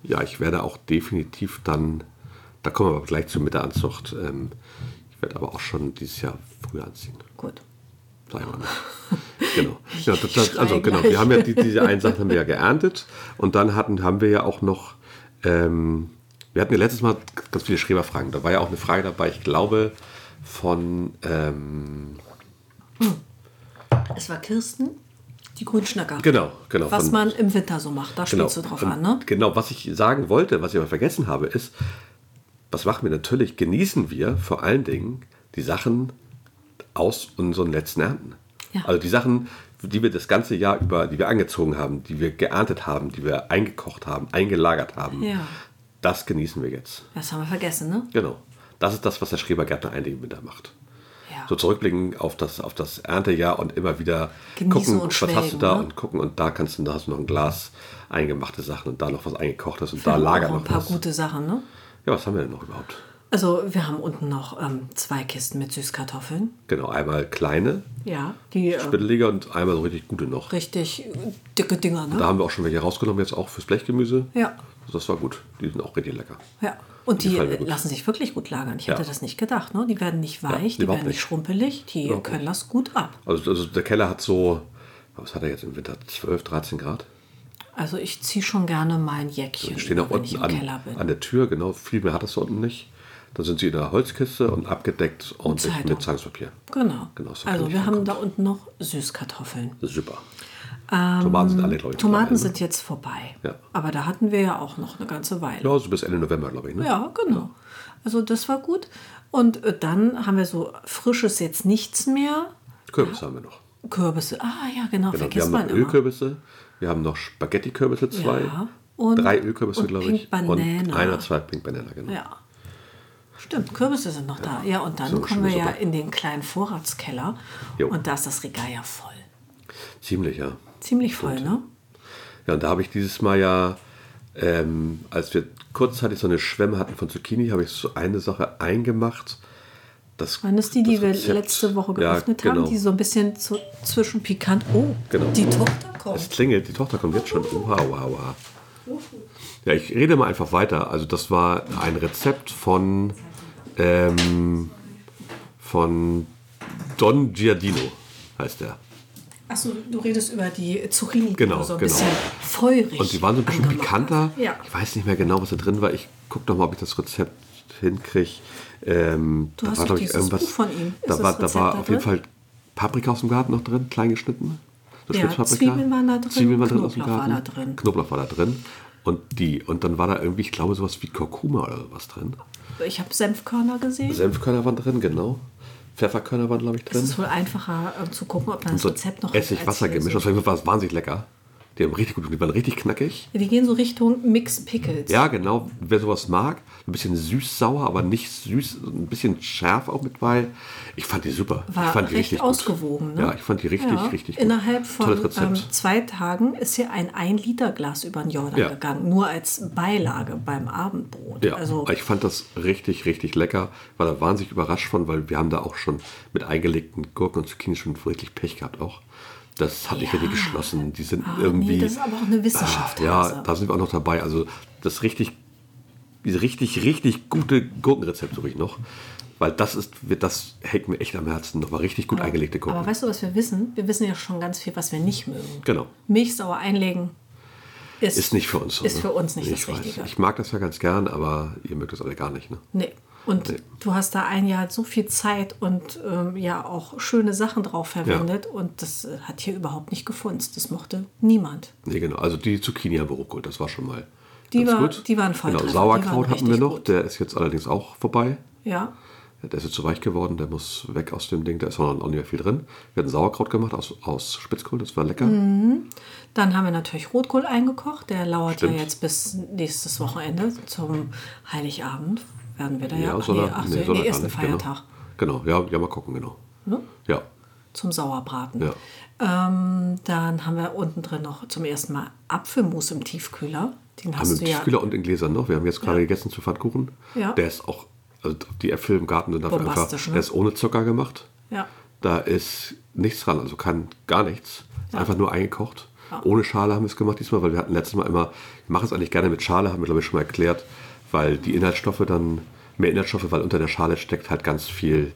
Speaker 2: ja, ich werde auch definitiv dann, da kommen wir aber gleich zu mit der Anzucht, ähm, ich werde aber auch schon dieses Jahr früher anziehen.
Speaker 1: ab. Gut.
Speaker 2: Sag ich mal. ne? Genau. Ja, das, das,
Speaker 1: schrei
Speaker 2: also genau,
Speaker 1: gleich.
Speaker 2: wir haben ja die, diese einen Sachen haben wir ja geerntet und dann hatten, haben wir ja auch noch, ähm, wir hatten ja letztes Mal ganz viele Schreberfragen. Da war ja auch eine Frage dabei, ich glaube, von ähm,
Speaker 1: Es war Kirsten, die Grünschnacker.
Speaker 2: genau, genau.
Speaker 1: Was
Speaker 2: von,
Speaker 1: man im Winter so macht, da spielst du drauf
Speaker 2: von-
Speaker 1: an, ne?
Speaker 2: Genau, was ich sagen wollte, was ich aber vergessen habe, ist, was machen wir natürlich? Genießen wir vor allen Dingen die Sachen aus unseren letzten Ernten.
Speaker 1: Ja.
Speaker 2: Also die Sachen, die wir das ganze Jahr über, die wir angezogen haben, die wir geerntet haben, die wir eingekocht haben, eingelagert haben,
Speaker 1: Ja.
Speaker 2: das genießen wir jetzt.
Speaker 1: Das haben wir vergessen, ne?
Speaker 2: Genau. Das ist das, was der Schrebergärtner eigentlich im Winter macht
Speaker 1: Ja.
Speaker 2: so zurückblicken auf das, auf das Erntejahr und immer wieder
Speaker 1: Genießen
Speaker 2: gucken,
Speaker 1: und
Speaker 2: was hast du
Speaker 1: schwelgen,
Speaker 2: da
Speaker 1: ne?
Speaker 2: und gucken und da kannst du, da hast du noch ein Glas eingemachte Sachen und da noch was eingekochtes und da
Speaker 1: Wir haben
Speaker 2: lagert
Speaker 1: auch
Speaker 2: noch
Speaker 1: ein paar
Speaker 2: was.
Speaker 1: gute Sachen, ne?
Speaker 2: Ja, was haben wir denn noch überhaupt?
Speaker 1: Also wir haben unten noch ähm, zwei Kisten mit Süßkartoffeln.
Speaker 2: Genau, einmal kleine,
Speaker 1: Ja, die äh,
Speaker 2: spittelige und einmal so richtig gute noch.
Speaker 1: richtig äh, dicke Dinger, ne?
Speaker 2: Da haben wir auch schon welche rausgenommen, jetzt auch fürs Blechgemüse.
Speaker 1: Ja.
Speaker 2: Das war gut. Die sind auch richtig lecker.
Speaker 1: Ja. Und
Speaker 2: Die
Speaker 1: die,
Speaker 2: fallen mir
Speaker 1: äh,
Speaker 2: gut.
Speaker 1: lassen sich wirklich gut lagern. Ich
Speaker 2: Ja.
Speaker 1: hätte das nicht gedacht, ne? Die werden nicht weich, die
Speaker 2: überhaupt
Speaker 1: werden nicht
Speaker 2: nicht.
Speaker 1: schrumpelig, die
Speaker 2: Überhaupt
Speaker 1: können das gut ab.
Speaker 2: Also, also der Keller hat so, was hat er jetzt im Winter? 12, 13 Grad?
Speaker 1: Also ich ziehe schon gerne mein Jäckchen,
Speaker 2: Die stehen auch
Speaker 1: über, wenn ich
Speaker 2: unten
Speaker 1: im Keller
Speaker 2: an,
Speaker 1: bin.
Speaker 2: an der Tür, genau. Viel mehr hat das da unten nicht. Da sind sie in der Holzkiste und abgedeckt und
Speaker 1: Zeitung.
Speaker 2: mit Zeitungspapier.
Speaker 1: genau.
Speaker 2: Genau, so
Speaker 1: also
Speaker 2: kann ich
Speaker 1: wir haben
Speaker 2: rankommen.
Speaker 1: da unten noch Süßkartoffeln.
Speaker 2: Super. Tomaten sind alle, glaube ich.
Speaker 1: Ähm, Tomaten
Speaker 2: mittlerweile, ne?
Speaker 1: sind jetzt vorbei.
Speaker 2: Ja.
Speaker 1: Aber da hatten wir ja auch noch eine ganze Weile.
Speaker 2: Ne? Ja, so bis Ende November, glaube ich. Ne?
Speaker 1: Ja, genau. Also das war gut. Und äh, dann haben wir so frisches jetzt nichts mehr.
Speaker 2: Kürbis haben wir noch.
Speaker 1: Kürbisse. Ah ja, genau,
Speaker 2: Genau. Wir
Speaker 1: vergisst
Speaker 2: haben
Speaker 1: man
Speaker 2: noch
Speaker 1: immer.
Speaker 2: Ölkürbisse. Wir haben noch Spaghetti-Kürbisse, zwei.
Speaker 1: Ja, und-
Speaker 2: drei Ölkürbisse,
Speaker 1: und
Speaker 2: glaube
Speaker 1: Pink
Speaker 2: ich. Und
Speaker 1: Banana.
Speaker 2: ein oder zwei Pink Banana, genau.
Speaker 1: Ja. Stimmt, Kürbisse sind noch da. Ja, und dann
Speaker 2: So,
Speaker 1: kommen wir
Speaker 2: schöne
Speaker 1: ja
Speaker 2: Suppe.
Speaker 1: in den kleinen Vorratskeller.
Speaker 2: Jo.
Speaker 1: Und da ist das Regal ja voll.
Speaker 2: Ziemlich, ja.
Speaker 1: Ziemlich voll, ne?
Speaker 2: Ja, und da habe ich dieses Mal ja, ähm, als wir kurzzeitig so eine Schwemme hatten von Zucchini, habe ich so eine Sache eingemacht. Das,
Speaker 1: Waren das die, die
Speaker 2: das
Speaker 1: wir
Speaker 2: Rezept-
Speaker 1: letzte Woche
Speaker 2: Ja,
Speaker 1: geöffnet
Speaker 2: genau.
Speaker 1: haben, die so ein bisschen zu, zwischen pikant. Oh,
Speaker 2: Genau.
Speaker 1: die Tochter
Speaker 2: Es
Speaker 1: kommt.
Speaker 2: klingelt, die Tochter kommt jetzt schon. Oha, oha, oha. Ja, ich rede mal einfach weiter. Also das war ein Rezept von, ähm, von Don Giardino, heißt der.
Speaker 1: Achso, du redest über die Zucchini,
Speaker 2: Genau,
Speaker 1: die so ein
Speaker 2: genau.
Speaker 1: bisschen feurig.
Speaker 2: Und die waren so ein bisschen
Speaker 1: angemacht
Speaker 2: pikanter.
Speaker 1: hast. Ja.
Speaker 2: Ich weiß nicht mehr genau, was da drin war. Ich gucke mal, ob ich das Rezept hinkriege. Ähm,
Speaker 1: Du
Speaker 2: da
Speaker 1: hast
Speaker 2: war,
Speaker 1: doch
Speaker 2: glaub ich,
Speaker 1: dieses
Speaker 2: irgendwas.
Speaker 1: Buch von ihm. Ist
Speaker 2: Da war,
Speaker 1: das Rezept
Speaker 2: da war
Speaker 1: da
Speaker 2: auf jeden
Speaker 1: drin?
Speaker 2: Fall Paprika aus dem Garten noch drin, klein geschnitten. So
Speaker 1: Ja,
Speaker 2: Schnitzpaprika.
Speaker 1: Zwiebeln waren da drin,
Speaker 2: Zwiebeln waren drin aus dem
Speaker 1: Knoblauch
Speaker 2: Garten.
Speaker 1: war da drin.
Speaker 2: Knoblauch war da drin. Und die, und dann war da irgendwie, ich glaube, sowas wie Kurkuma oder was drin.
Speaker 1: Ich habe Senfkörner gesehen.
Speaker 2: Senfkörner waren drin, genau. Pfefferkörner waren, glaube ich, drin.
Speaker 1: es ist wohl einfacher äh, zu gucken, ob man das
Speaker 2: so
Speaker 1: Rezept noch hat, als
Speaker 2: Essig-Wasser
Speaker 1: hier
Speaker 2: gemischt. Auf jeden Fall war es wahnsinnig lecker. Die haben richtig gut, die waren richtig knackig.
Speaker 1: So. Die gehen so Richtung Mix Pickles.
Speaker 2: Ja, genau. Wer sowas mag, ein bisschen süß-sauer, aber nicht süß, ein bisschen scharf auch mit, weil ich fand die super. ich
Speaker 1: War
Speaker 2: fand die
Speaker 1: recht
Speaker 2: richtig
Speaker 1: ausgewogen.
Speaker 2: Gut.
Speaker 1: Ne?
Speaker 2: Ja, ich fand die richtig,
Speaker 1: Ja,
Speaker 2: richtig gut.
Speaker 1: Innerhalb von
Speaker 2: Tolles
Speaker 1: ähm,
Speaker 2: Rezept.
Speaker 1: zwei Tagen ist hier ein 1-Liter-Glas über den Jordan
Speaker 2: Ja.
Speaker 1: gegangen, nur als Beilage beim Abendbrot.
Speaker 2: ja,
Speaker 1: also,
Speaker 2: ich fand das richtig, richtig lecker. War da wahnsinnig überrascht von, weil wir haben da auch schon mit eingelegten Gurken und Zucchini schon wirklich Pech gehabt auch. Das hatte ich ja
Speaker 1: Ja.
Speaker 2: nicht geschlossen. Die sind
Speaker 1: Ah, nee,
Speaker 2: irgendwie.
Speaker 1: das ist aber auch eine Wissenschaft,
Speaker 2: Ah, ja,
Speaker 1: Hase.
Speaker 2: da sind wir auch noch dabei. Also das richtig, diese richtig, richtig gute Gurkenrezept suche ich noch. Weil das ist, das hängt mir echt am Herzen. Nochmal richtig gut eingelegte Gurken.
Speaker 1: aber weißt du, was wir wissen? Wir wissen ja schon ganz viel, was wir nicht mögen.
Speaker 2: Genau.
Speaker 1: Milch sauer einlegen ist,
Speaker 2: Ist nicht für uns. so,
Speaker 1: Ist
Speaker 2: ne?
Speaker 1: für uns nicht
Speaker 2: Nee,
Speaker 1: das
Speaker 2: ich weiß.
Speaker 1: Richtige.
Speaker 2: Ich mag das ja ganz gern, aber ihr mögt das alle gar nicht. Ne?
Speaker 1: Nee. Und du hast da ein Jahr halt so viel Zeit und ähm, ja auch schöne Sachen drauf verwendet und das äh, hat hier überhaupt nicht gefunzt. Das mochte niemand.
Speaker 2: Nee, genau. Also die Zucchini haben wir hochgeholt. Das war schon mal
Speaker 1: Die
Speaker 2: ganz
Speaker 1: war-
Speaker 2: gut.
Speaker 1: die waren voll
Speaker 2: Genau,
Speaker 1: drin. Die
Speaker 2: Sauerkraut
Speaker 1: waren
Speaker 2: hatten wir
Speaker 1: richtig
Speaker 2: noch.
Speaker 1: gut.
Speaker 2: Der ist jetzt allerdings auch vorbei.
Speaker 1: Ja.
Speaker 2: Der ist jetzt zu weich geworden. Der muss weg aus dem Ding. Da ist auch noch nicht mehr viel drin. Wir hatten Sauerkraut gemacht aus, aus Spitzkohl. Das war lecker.
Speaker 1: Mm, Dann haben wir natürlich Rotkohl eingekocht. Der lauert
Speaker 2: Stimmt.
Speaker 1: ja jetzt bis nächstes Wochenende zum Heiligabend. Werden wir da ja,
Speaker 2: Ja,
Speaker 1: ach,
Speaker 2: soll
Speaker 1: nee,
Speaker 2: er-
Speaker 1: ach,
Speaker 2: nee,
Speaker 1: nee,
Speaker 2: soll er
Speaker 1: nee,
Speaker 2: gar
Speaker 1: ist ein
Speaker 2: nicht, genau.
Speaker 1: Feiertag
Speaker 2: Genau. Ja, ja, mal gucken. Genau.
Speaker 1: Ne?
Speaker 2: Ja.
Speaker 1: zum Sauerbraten.
Speaker 2: Ja.
Speaker 1: Ähm, dann haben wir unten drin noch zum ersten Mal Apfelmus im Tiefkühler. Den
Speaker 2: Haben
Speaker 1: hast
Speaker 2: wir im
Speaker 1: du ja.
Speaker 2: Tiefkühler und in Gläsern noch. Wir haben jetzt gerade gegessen zu Pfannkuchen.
Speaker 1: Ja.
Speaker 2: Der ist auch, also die Äpfel im Garten sind dafür einfach,
Speaker 1: Bombastisch, ne?
Speaker 2: der ist ohne Zucker gemacht.
Speaker 1: Ja.
Speaker 2: Da ist nichts dran, also kann gar nichts. Ist Einfach nur eingekocht.
Speaker 1: Ja.
Speaker 2: Ohne Schale haben wir es gemacht diesmal, weil wir hatten letztes Mal immer, wir machen es eigentlich gerne mit Schale, haben wir glaube ich schon mal erklärt, weil die Inhaltsstoffe dann, mehr Inhaltsstoffe, weil unter der Schale steckt halt ganz viel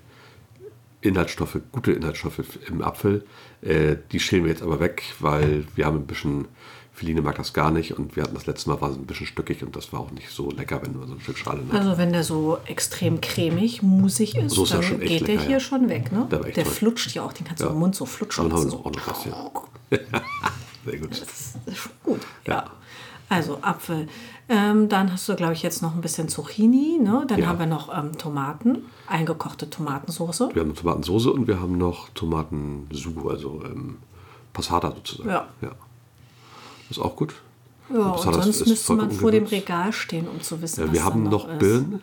Speaker 2: Inhaltsstoffe, gute Inhaltsstoffe im Apfel. Äh, die schälen wir jetzt aber weg, weil wir haben ein bisschen, Feline mag das gar nicht und wir hatten das letzte Mal, war es ein bisschen stückig und das war auch nicht so lecker, wenn man so ein Stück Schale nimmt.
Speaker 1: Also wenn der so extrem cremig, musig ist,
Speaker 2: So ist er
Speaker 1: dann
Speaker 2: schon echt
Speaker 1: geht der
Speaker 2: lecker,
Speaker 1: hier
Speaker 2: ja.
Speaker 1: schon weg. Ne?
Speaker 2: Der
Speaker 1: Der,
Speaker 2: war echt toll.
Speaker 1: flutscht ja auch, den kannst du
Speaker 2: Ja.
Speaker 1: im Mund so flutschen
Speaker 2: Dann haben
Speaker 1: lassen.
Speaker 2: wir
Speaker 1: So.
Speaker 2: noch auch noch was hier. Sehr gut.
Speaker 1: Das ist schon gut. Ja.
Speaker 2: Ja.
Speaker 1: Also Apfel. Ähm, dann hast du, glaube ich, jetzt noch ein bisschen Zucchini. Ne? Dann
Speaker 2: Ja.
Speaker 1: haben wir noch ähm, Tomaten, eingekochte Tomatensoße.
Speaker 2: Wir haben Tomatensauce und wir haben noch Tomatensud, also ähm, Passata sozusagen.
Speaker 1: Ja.
Speaker 2: Ist auch gut.
Speaker 1: Ja,
Speaker 2: Und
Speaker 1: und
Speaker 2: Passata
Speaker 1: sonst
Speaker 2: ist
Speaker 1: müsste man
Speaker 2: vollkommen
Speaker 1: vor dem
Speaker 2: gewürzt.
Speaker 1: Regal stehen, um zu wissen,
Speaker 2: Ja,
Speaker 1: was
Speaker 2: wir haben
Speaker 1: da
Speaker 2: noch
Speaker 1: ist.
Speaker 2: Birnen,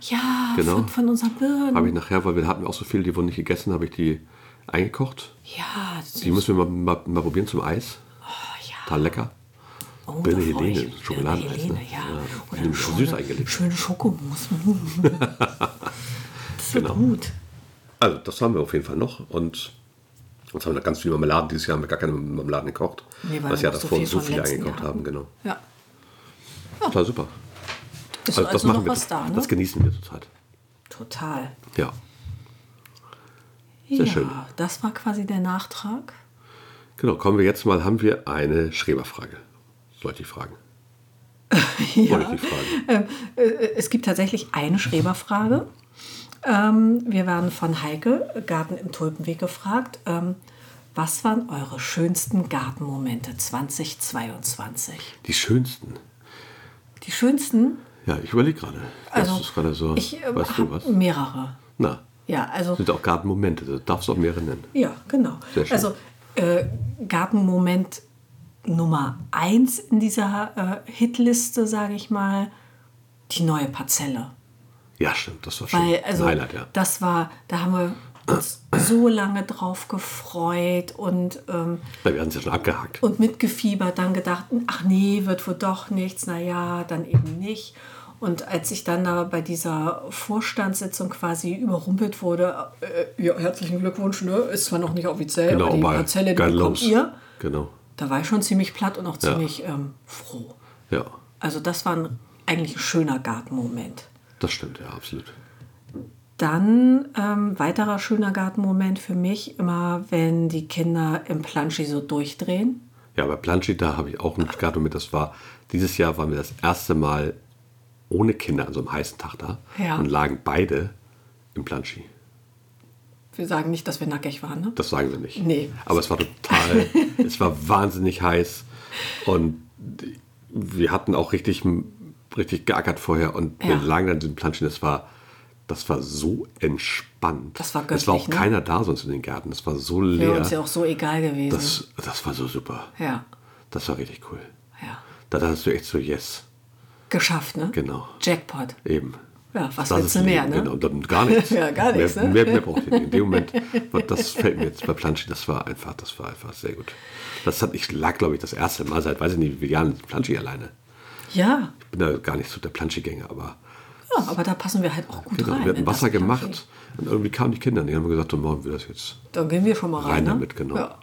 Speaker 1: Ja,
Speaker 2: Genau.
Speaker 1: von, von unseren Birnen.
Speaker 2: habe ich nachher, weil wir hatten auch so viele, die wurden nicht gegessen, habe ich die eingekocht.
Speaker 1: Ja, das
Speaker 2: Die müssen wir mal, mal, mal probieren zum Eis.
Speaker 1: ja.
Speaker 2: Total lecker.
Speaker 1: Oh,
Speaker 2: Birne
Speaker 1: da freu ich
Speaker 2: Helene,
Speaker 1: mich.
Speaker 2: Schokoladeneis,
Speaker 1: Birne Helene,
Speaker 2: ne?
Speaker 1: ja.
Speaker 2: Ja,
Speaker 1: Oder
Speaker 2: die
Speaker 1: eine
Speaker 2: schon
Speaker 1: schöne,
Speaker 2: süß eingelegt.
Speaker 1: schöne Schokomus. das wird
Speaker 2: Genau.
Speaker 1: gut.
Speaker 2: Also, das haben wir auf jeden Fall noch. Und uns haben wir ganz viel Marmeladen. Dieses Jahr haben wir gar keine Marmeladen gekocht.
Speaker 1: Nee, weil
Speaker 2: weil das
Speaker 1: wir
Speaker 2: Jahr
Speaker 1: noch so
Speaker 2: davor
Speaker 1: viel
Speaker 2: so
Speaker 1: vom
Speaker 2: viele
Speaker 1: letzten
Speaker 2: eingekauft
Speaker 1: Jahr
Speaker 2: haben,
Speaker 1: hatten.
Speaker 2: genau.
Speaker 1: Ja.
Speaker 2: Total super.
Speaker 1: Ist
Speaker 2: Also,
Speaker 1: also,
Speaker 2: das machen
Speaker 1: noch
Speaker 2: wir.
Speaker 1: was da, ne?
Speaker 2: Das genießen wir zurzeit.
Speaker 1: Total.
Speaker 2: Ja.
Speaker 1: ja,
Speaker 2: Sehr schön.
Speaker 1: das war quasi der Nachtrag.
Speaker 2: Genau, kommen wir jetzt mal, haben wir eine Schreberfrage. Sollte ich fragen. Wollte ich dich fragen.
Speaker 1: Ähm, äh, es gibt tatsächlich eine Schreberfrage. Ähm, wir werden von Heike, Garten im Tulpenweg, gefragt. Ähm, was waren eure schönsten Gartenmomente 2022?
Speaker 2: Die schönsten.
Speaker 1: Die schönsten?
Speaker 2: Ja, ich überlege gerade. Das
Speaker 1: Also,
Speaker 2: ist gerade so.
Speaker 1: ich ähm,
Speaker 2: weißt du
Speaker 1: habe
Speaker 2: was?
Speaker 1: mehrere.
Speaker 2: Na,
Speaker 1: Ja, also,
Speaker 2: sind auch gerade Momente. Du darfst auch mehrere nennen.
Speaker 1: ja, genau.
Speaker 2: Sehr schön.
Speaker 1: Also, äh, Gartenmoment Nummer eins in dieser äh, Hitliste, sage ich mal, die neue Parzelle.
Speaker 2: Ja, stimmt, das war schon
Speaker 1: Weil, also,
Speaker 2: ein Highlight, ja.
Speaker 1: das war, da haben wir uns so lange drauf gefreut und, ähm,
Speaker 2: Na, wir hatten es ja schon abgehakt.
Speaker 1: und mitgefiebert, dann gedacht, ach nee, wird wohl doch nichts, naja, dann eben nicht. Und als ich dann da bei dieser Vorstandssitzung quasi überrumpelt wurde, äh, ja, herzlichen Glückwunsch, ne? Ist zwar noch nicht offiziell, aber die Parzelle, die bekommt ihr.
Speaker 2: Genau.
Speaker 1: Da war ich schon ziemlich platt und auch ziemlich ähm, froh.
Speaker 2: Ja,
Speaker 1: Also das war ein, eigentlich ein schöner Gartenmoment.
Speaker 2: das stimmt, ja, absolut.
Speaker 1: Dann ähm, weiterer schöner Gartenmoment für mich, immer wenn die Kinder im Planschi so durchdrehen.
Speaker 2: Ja, bei Planschi, da habe ich auch einen Skato mit. Das war, dieses Jahr waren wir das erste Mal ohne Kinder an so einem heißen Tag da
Speaker 1: Ja.
Speaker 2: und lagen beide im Planschi.
Speaker 1: Wir sagen nicht, dass wir nackig waren, ne?
Speaker 2: Das sagen wir nicht.
Speaker 1: Nee.
Speaker 2: Aber es war total, es war wahnsinnig heiß und wir hatten auch richtig, richtig geackert vorher und wir
Speaker 1: Ja.
Speaker 2: lagen dann in den Planschen. Das war, das war so entspannt.
Speaker 1: Das war
Speaker 2: Es war auch
Speaker 1: göttlich, ne?
Speaker 2: keiner da sonst in den Gärten. Das war so
Speaker 1: Wäre
Speaker 2: leer.
Speaker 1: uns ja auch so egal gewesen.
Speaker 2: das, das war so super.
Speaker 1: ja,
Speaker 2: Das war richtig cool.
Speaker 1: ja.
Speaker 2: Da dachtest du echt so, yes,
Speaker 1: Geschafft, ne?
Speaker 2: genau,
Speaker 1: Jackpot.
Speaker 2: eben.
Speaker 1: Ja, was
Speaker 2: Das
Speaker 1: willst
Speaker 2: ist
Speaker 1: du mehr,
Speaker 2: Leben,
Speaker 1: ne?
Speaker 2: Genau, dann gar nichts.
Speaker 1: Ja, gar nichts,
Speaker 2: Mehr,
Speaker 1: ne?
Speaker 2: mehr, mehr braucht ihr nicht. In dem Moment, und das fällt mir jetzt bei Planschi, das war einfach, das war einfach sehr gut. Das hat, ich lag, glaube ich, das erste Mal seit, weiß ich nicht, wie vielen Jahren Planschi alleine.
Speaker 1: Ja.
Speaker 2: Ich bin da gar nicht so der Planschi-Gänger, aber
Speaker 1: ja, aber da passen wir halt auch gut
Speaker 2: genau,
Speaker 1: rein.
Speaker 2: wir hatten
Speaker 1: in Oh, das
Speaker 2: Wasser
Speaker 1: Planschi.
Speaker 2: gemacht und irgendwie kamen die Kinder und die haben gesagt, so machen wir das jetzt.
Speaker 1: Dann gehen wir schon mal rein.
Speaker 2: Rein
Speaker 1: ne?
Speaker 2: damit, genau.
Speaker 1: Ja,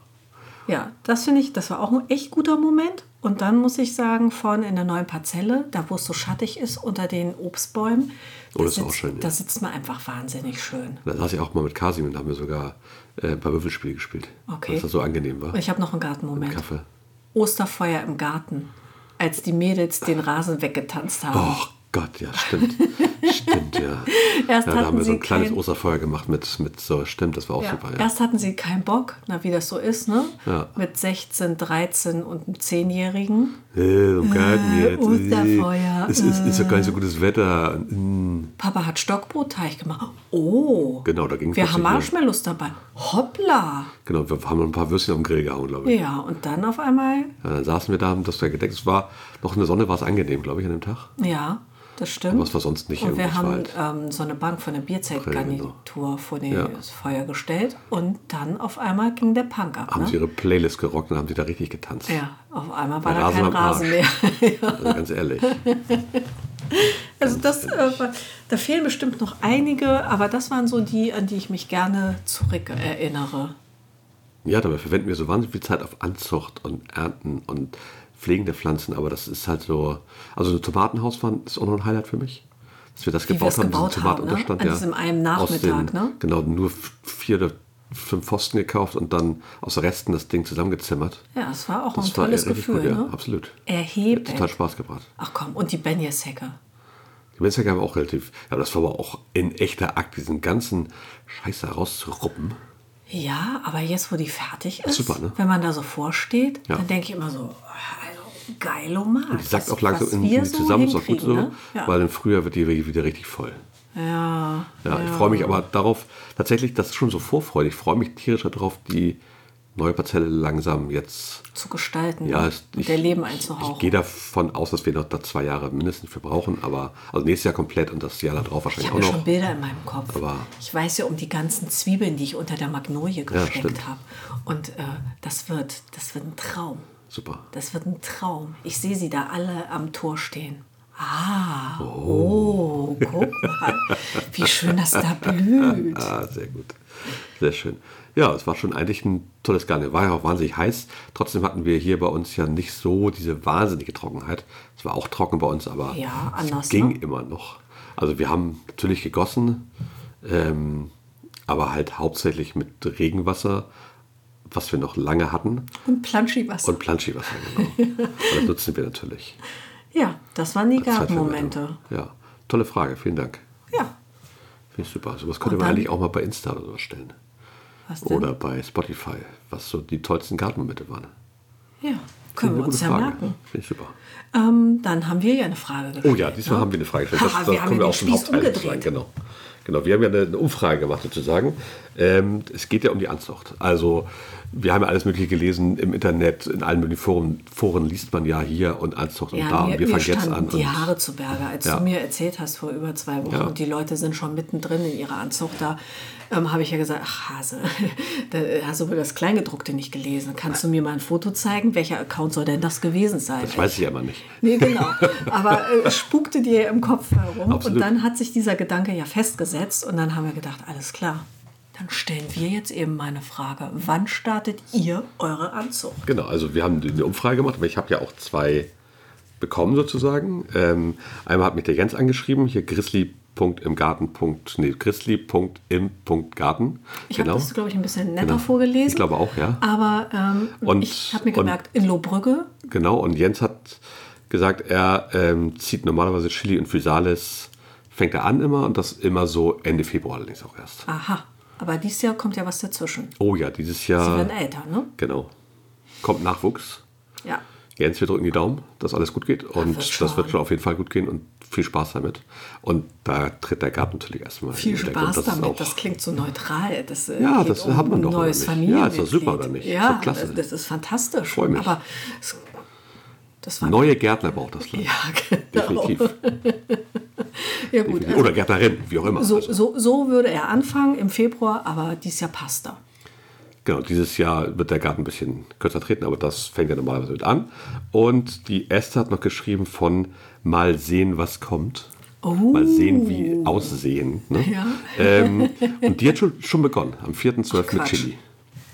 Speaker 1: ja das finde ich, das war auch ein echt guter Moment. Und dann muss ich sagen, vorne in der neuen Parzelle, da wo es so schattig ist, unter den Obstbäumen,
Speaker 2: Oh,
Speaker 1: da
Speaker 2: das ist auch
Speaker 1: sitzt-
Speaker 2: schön, ja.
Speaker 1: da sitzt man einfach wahnsinnig schön.
Speaker 2: Und da saß ich auch mal mit Kasim und da haben wir sogar äh, ein paar Würfelspiele gespielt.
Speaker 1: Okay.
Speaker 2: Weil das so angenehm war.
Speaker 1: Und ich habe noch einen Gartenmoment.
Speaker 2: Kaffee.
Speaker 1: Osterfeuer im Garten, als die Mädels den Rasen weggetanzt haben.
Speaker 2: Oh Gott, ja, stimmt. stimmt, ja.
Speaker 1: Erst
Speaker 2: ja da haben
Speaker 1: hatten
Speaker 2: wir so
Speaker 1: sie
Speaker 2: ein kleines
Speaker 1: kein-
Speaker 2: Osterfeuer gemacht mit, mit so, stimmt, das war auch
Speaker 1: Ja.
Speaker 2: super, ja.
Speaker 1: Erst hatten sie keinen Bock, na, wie das so ist, ne?
Speaker 2: Ja.
Speaker 1: Mit 16, 13 und einem 10-Jährigen.
Speaker 2: Äh, im Garten
Speaker 1: Äh,
Speaker 2: jetzt.
Speaker 1: Osterfeuer,
Speaker 2: Äh, es ist, ist doch gar nicht so gutes Wetter. Mm,
Speaker 1: Papa hat Stockbrotteig gemacht. Oh.
Speaker 2: Genau, da ging's
Speaker 1: Wir haben
Speaker 2: plötzlich,
Speaker 1: Marshmallows dabei. Hoppla.
Speaker 2: Genau, wir haben noch ein paar Würstchen auf den Grill gehauen, glaube ich.
Speaker 1: Ja, und dann auf einmal,
Speaker 2: Ja, dann saßen wir da, haben das da gedeckt. Es war noch in der Sonne, war es angenehm, glaube ich, an dem Tag.
Speaker 1: ja, das stimmt.
Speaker 2: Aber es war halt, sonst nicht
Speaker 1: Und wir
Speaker 2: irgendwas
Speaker 1: haben
Speaker 2: weit.
Speaker 1: ähm, so eine Bank von der Bierzeltgarnitur vor das
Speaker 2: Ja.
Speaker 1: Feuer gestellt und dann auf einmal ging der Punk ab.
Speaker 2: Haben
Speaker 1: Ne?
Speaker 2: sie ihre Playlist gerockt und haben sie da richtig getanzt.
Speaker 1: Ja, auf einmal war
Speaker 2: Der
Speaker 1: da
Speaker 2: Rasen
Speaker 1: kein
Speaker 2: am Arsch.
Speaker 1: Rasen mehr.
Speaker 2: Also ganz ehrlich.
Speaker 1: also das, äh, war- da fehlen bestimmt noch einige, aber das waren so die, an die ich mich gerne zurückerinnere.
Speaker 2: Ja, dabei verwenden wir so wahnsinnig viel Zeit auf Anzucht und Ernten und Pflegen der Pflanzen, aber das ist halt so. Also ein Tomatenhauswand ist auch noch ein Highlight für mich. Dass wir das
Speaker 1: Wie
Speaker 2: gebaut
Speaker 1: wir's
Speaker 2: haben,
Speaker 1: gebaut
Speaker 2: diesen
Speaker 1: haben, ne?
Speaker 2: Tomatenunterstand.
Speaker 1: An
Speaker 2: ja,
Speaker 1: diesem einen
Speaker 2: aus
Speaker 1: Nachmittag, ne?
Speaker 2: Genau, nur f- vier oder fünf Pfosten gekauft und dann aus Resten das Ding zusammengezimmert.
Speaker 1: Ja, es war auch Oh, ein
Speaker 2: Das war
Speaker 1: tolles
Speaker 2: richtig
Speaker 1: Gefühl.
Speaker 2: gut, ja,
Speaker 1: ne?
Speaker 2: absolut. Hat
Speaker 1: Erhebend.
Speaker 2: total Spaß gebracht.
Speaker 1: Ach komm, und die Benjes-Hecke.
Speaker 2: Die Netzwerke haben auch relativ. Ja, das war aber auch ein echter Akt, diesen ganzen Scheiß da rauszuruppen.
Speaker 1: Ja, aber jetzt, wo die fertig ist,
Speaker 2: Super, ne?
Speaker 1: wenn man da so vorsteht,
Speaker 2: Ja.
Speaker 1: dann denke ich immer so, also geil, Omar.
Speaker 2: Die sagt auch langsam in, in die zusammen, ist auch gut so,
Speaker 1: ne? Ja.
Speaker 2: weil im Frühjahr wird die wieder richtig voll.
Speaker 1: ja,
Speaker 2: Ja, ich freue mich aber darauf, tatsächlich, das ist schon so Vorfreude. Ich freue mich tierisch darauf, die neue Parzelle langsam jetzt
Speaker 1: zu gestalten
Speaker 2: ja, es-
Speaker 1: und der Leben einzuhauchen.
Speaker 2: Ich, ich gehe davon aus, dass wir noch da zwei Jahre mindestens für brauchen, aber also nächstes Jahr komplett und das Jahr darauf
Speaker 1: ich
Speaker 2: wahrscheinlich
Speaker 1: habe ja
Speaker 2: auch
Speaker 1: schon
Speaker 2: noch.
Speaker 1: Bilder in meinem Kopf.
Speaker 2: Aber-
Speaker 1: ich weiß ja um die ganzen Zwiebeln, die ich unter der Magnolie gesteckt
Speaker 2: stimmt.
Speaker 1: habe. Und äh, das, wird, das wird ein Traum.
Speaker 2: Super.
Speaker 1: Das wird ein Traum. Ich sehe sie da alle am Tor stehen. Ah, oh guck mal, wie schön das da blüht.
Speaker 2: Ah, sehr gut. Sehr schön. Ja, es war schon eigentlich ein tolles Garnier. War ja auch wahnsinnig heiß. Trotzdem hatten wir hier bei uns ja nicht so diese wahnsinnige Trockenheit. Es war auch trocken bei uns, aber
Speaker 1: Ja, anders,
Speaker 2: es ging
Speaker 1: ne?
Speaker 2: immer noch. Also wir haben natürlich gegossen, ähm, aber halt hauptsächlich mit Regenwasser, was wir noch lange hatten,
Speaker 1: Und Planschiwasser.
Speaker 2: und Planschiwasser, genau. Und das nutzen wir natürlich.
Speaker 1: Ja, das waren die
Speaker 2: als
Speaker 1: Gartenmomente.
Speaker 2: Zeitverwertung. Ja, tolle Frage. Vielen Dank.
Speaker 1: Ja.
Speaker 2: Finde ich super. Sowas könnte
Speaker 1: Und
Speaker 2: man
Speaker 1: dann-
Speaker 2: eigentlich auch mal bei Insta oder so stellen.
Speaker 1: Was denn?
Speaker 2: Oder bei Spotify, was so die tollsten Gartenmomente waren.
Speaker 1: Ja, können wir
Speaker 2: Eine gute
Speaker 1: uns ja
Speaker 2: Frage.
Speaker 1: merken.
Speaker 2: Finde ich super.
Speaker 1: Ähm, dann haben wir ja eine Frage
Speaker 2: Oh
Speaker 1: gestellt.
Speaker 2: ja, diesmal
Speaker 1: ne?
Speaker 2: haben wir eine Frage gestellt.
Speaker 1: Haha, wir haben ja den
Speaker 2: zum
Speaker 1: Spieß
Speaker 2: Hauptteil sozusagen.
Speaker 1: umgedreht.
Speaker 2: Genau. Genau, wir haben ja eine, eine Umfrage gemacht sozusagen. Ähm, es geht ja um die Anzucht. Also wir haben ja alles Mögliche gelesen im Internet, in allen möglichen Foren, Foren liest man ja hier und Anzucht und da.
Speaker 1: mir,
Speaker 2: und
Speaker 1: mir
Speaker 2: wir fangen jetzt
Speaker 1: standen
Speaker 2: an.
Speaker 1: die
Speaker 2: und-
Speaker 1: Haare zu Berge, als
Speaker 2: Ja.
Speaker 1: du mir erzählt hast vor über zwei Wochen
Speaker 2: Ja.
Speaker 1: und die Leute sind schon mittendrin in ihrer Anzucht. Da ähm, habe ich ja gesagt, ach Hase, da hast du wohl das Kleingedruckte nicht gelesen. Kannst du mir mal ein Foto zeigen? Welcher Account soll denn das gewesen sein?
Speaker 2: das weiß ich ja immer nicht.
Speaker 1: Nee, genau. Aber äh, es spukte dir im Kopf herum.
Speaker 2: Absolut.
Speaker 1: Und dann hat sich dieser Gedanke ja festgesetzt. Und dann haben wir gedacht, alles klar. Dann stellen wir jetzt eben meine Frage. Wann startet ihr eure Anzucht?
Speaker 2: Genau, also wir haben eine Umfrage gemacht, aber ich habe ja auch zwei bekommen sozusagen. Ähm, einmal hat mich der Jens angeschrieben, hier grizzly.imgarten. Nee, grizzly.im.garten.
Speaker 1: Ich habe das, glaube ich, ein bisschen netter vorgelesen.
Speaker 2: Genau, Ich glaube auch, ja.
Speaker 1: Aber ähm,
Speaker 2: Und-
Speaker 1: ich habe mir
Speaker 2: und-
Speaker 1: gemerkt, in Lohbrügge,
Speaker 2: Genau, und Jens hat gesagt, er ähm, zieht normalerweise Chili und Physalis, fängt er an immer und das immer so Ende Februar allerdings auch erst.
Speaker 1: aha. Aber dieses Jahr kommt ja was dazwischen.
Speaker 2: Oh ja, dieses
Speaker 1: Sie
Speaker 2: Jahr,
Speaker 1: werden älter, ne?
Speaker 2: genau, kommt Nachwuchs.
Speaker 1: Ja.
Speaker 2: Jens, wir drücken die Daumen, dass alles gut geht und
Speaker 1: wird
Speaker 2: das wird
Speaker 1: schon.
Speaker 2: schon auf jeden Fall gut gehen und viel Spaß damit. Und da tritt der Garten natürlich erstmal
Speaker 1: Viel
Speaker 2: in den Hintergrund.
Speaker 1: Spaß
Speaker 2: Das ist
Speaker 1: damit,
Speaker 2: auch-
Speaker 1: das klingt so neutral. Das, äh,
Speaker 2: Ja,
Speaker 1: geht
Speaker 2: das hat man
Speaker 1: ein
Speaker 2: doch, oder
Speaker 1: Neues
Speaker 2: nicht?
Speaker 1: Familienmitglied.
Speaker 2: Ja, ist doch super, oder nicht? Ist
Speaker 1: Ja,
Speaker 2: doch klasse.
Speaker 1: Das, das ist fantastisch.
Speaker 2: Freu mich.
Speaker 1: Aber es, das war
Speaker 2: Neue Gärtner braucht das ne? Land.
Speaker 1: Ja, genau.
Speaker 2: Definitiv.
Speaker 1: Ja, gut. Also,
Speaker 2: Oder Gärtnerin, wie auch immer.
Speaker 1: so,
Speaker 2: Also,
Speaker 1: so, so würde er anfangen im Februar, aber dieses Jahr passt er.
Speaker 2: genau, dieses Jahr wird der Garten ein bisschen kürzer treten, aber das fängt ja normalerweise mit an. Und die Esther hat noch geschrieben von mal sehen, was kommt. Mal sehen, wie aussehen. Ne?
Speaker 1: Oh. Ja.
Speaker 2: Ähm, und die hat schon, schon begonnen, am 4.12. mit
Speaker 1: Quatsch.
Speaker 2: Chili.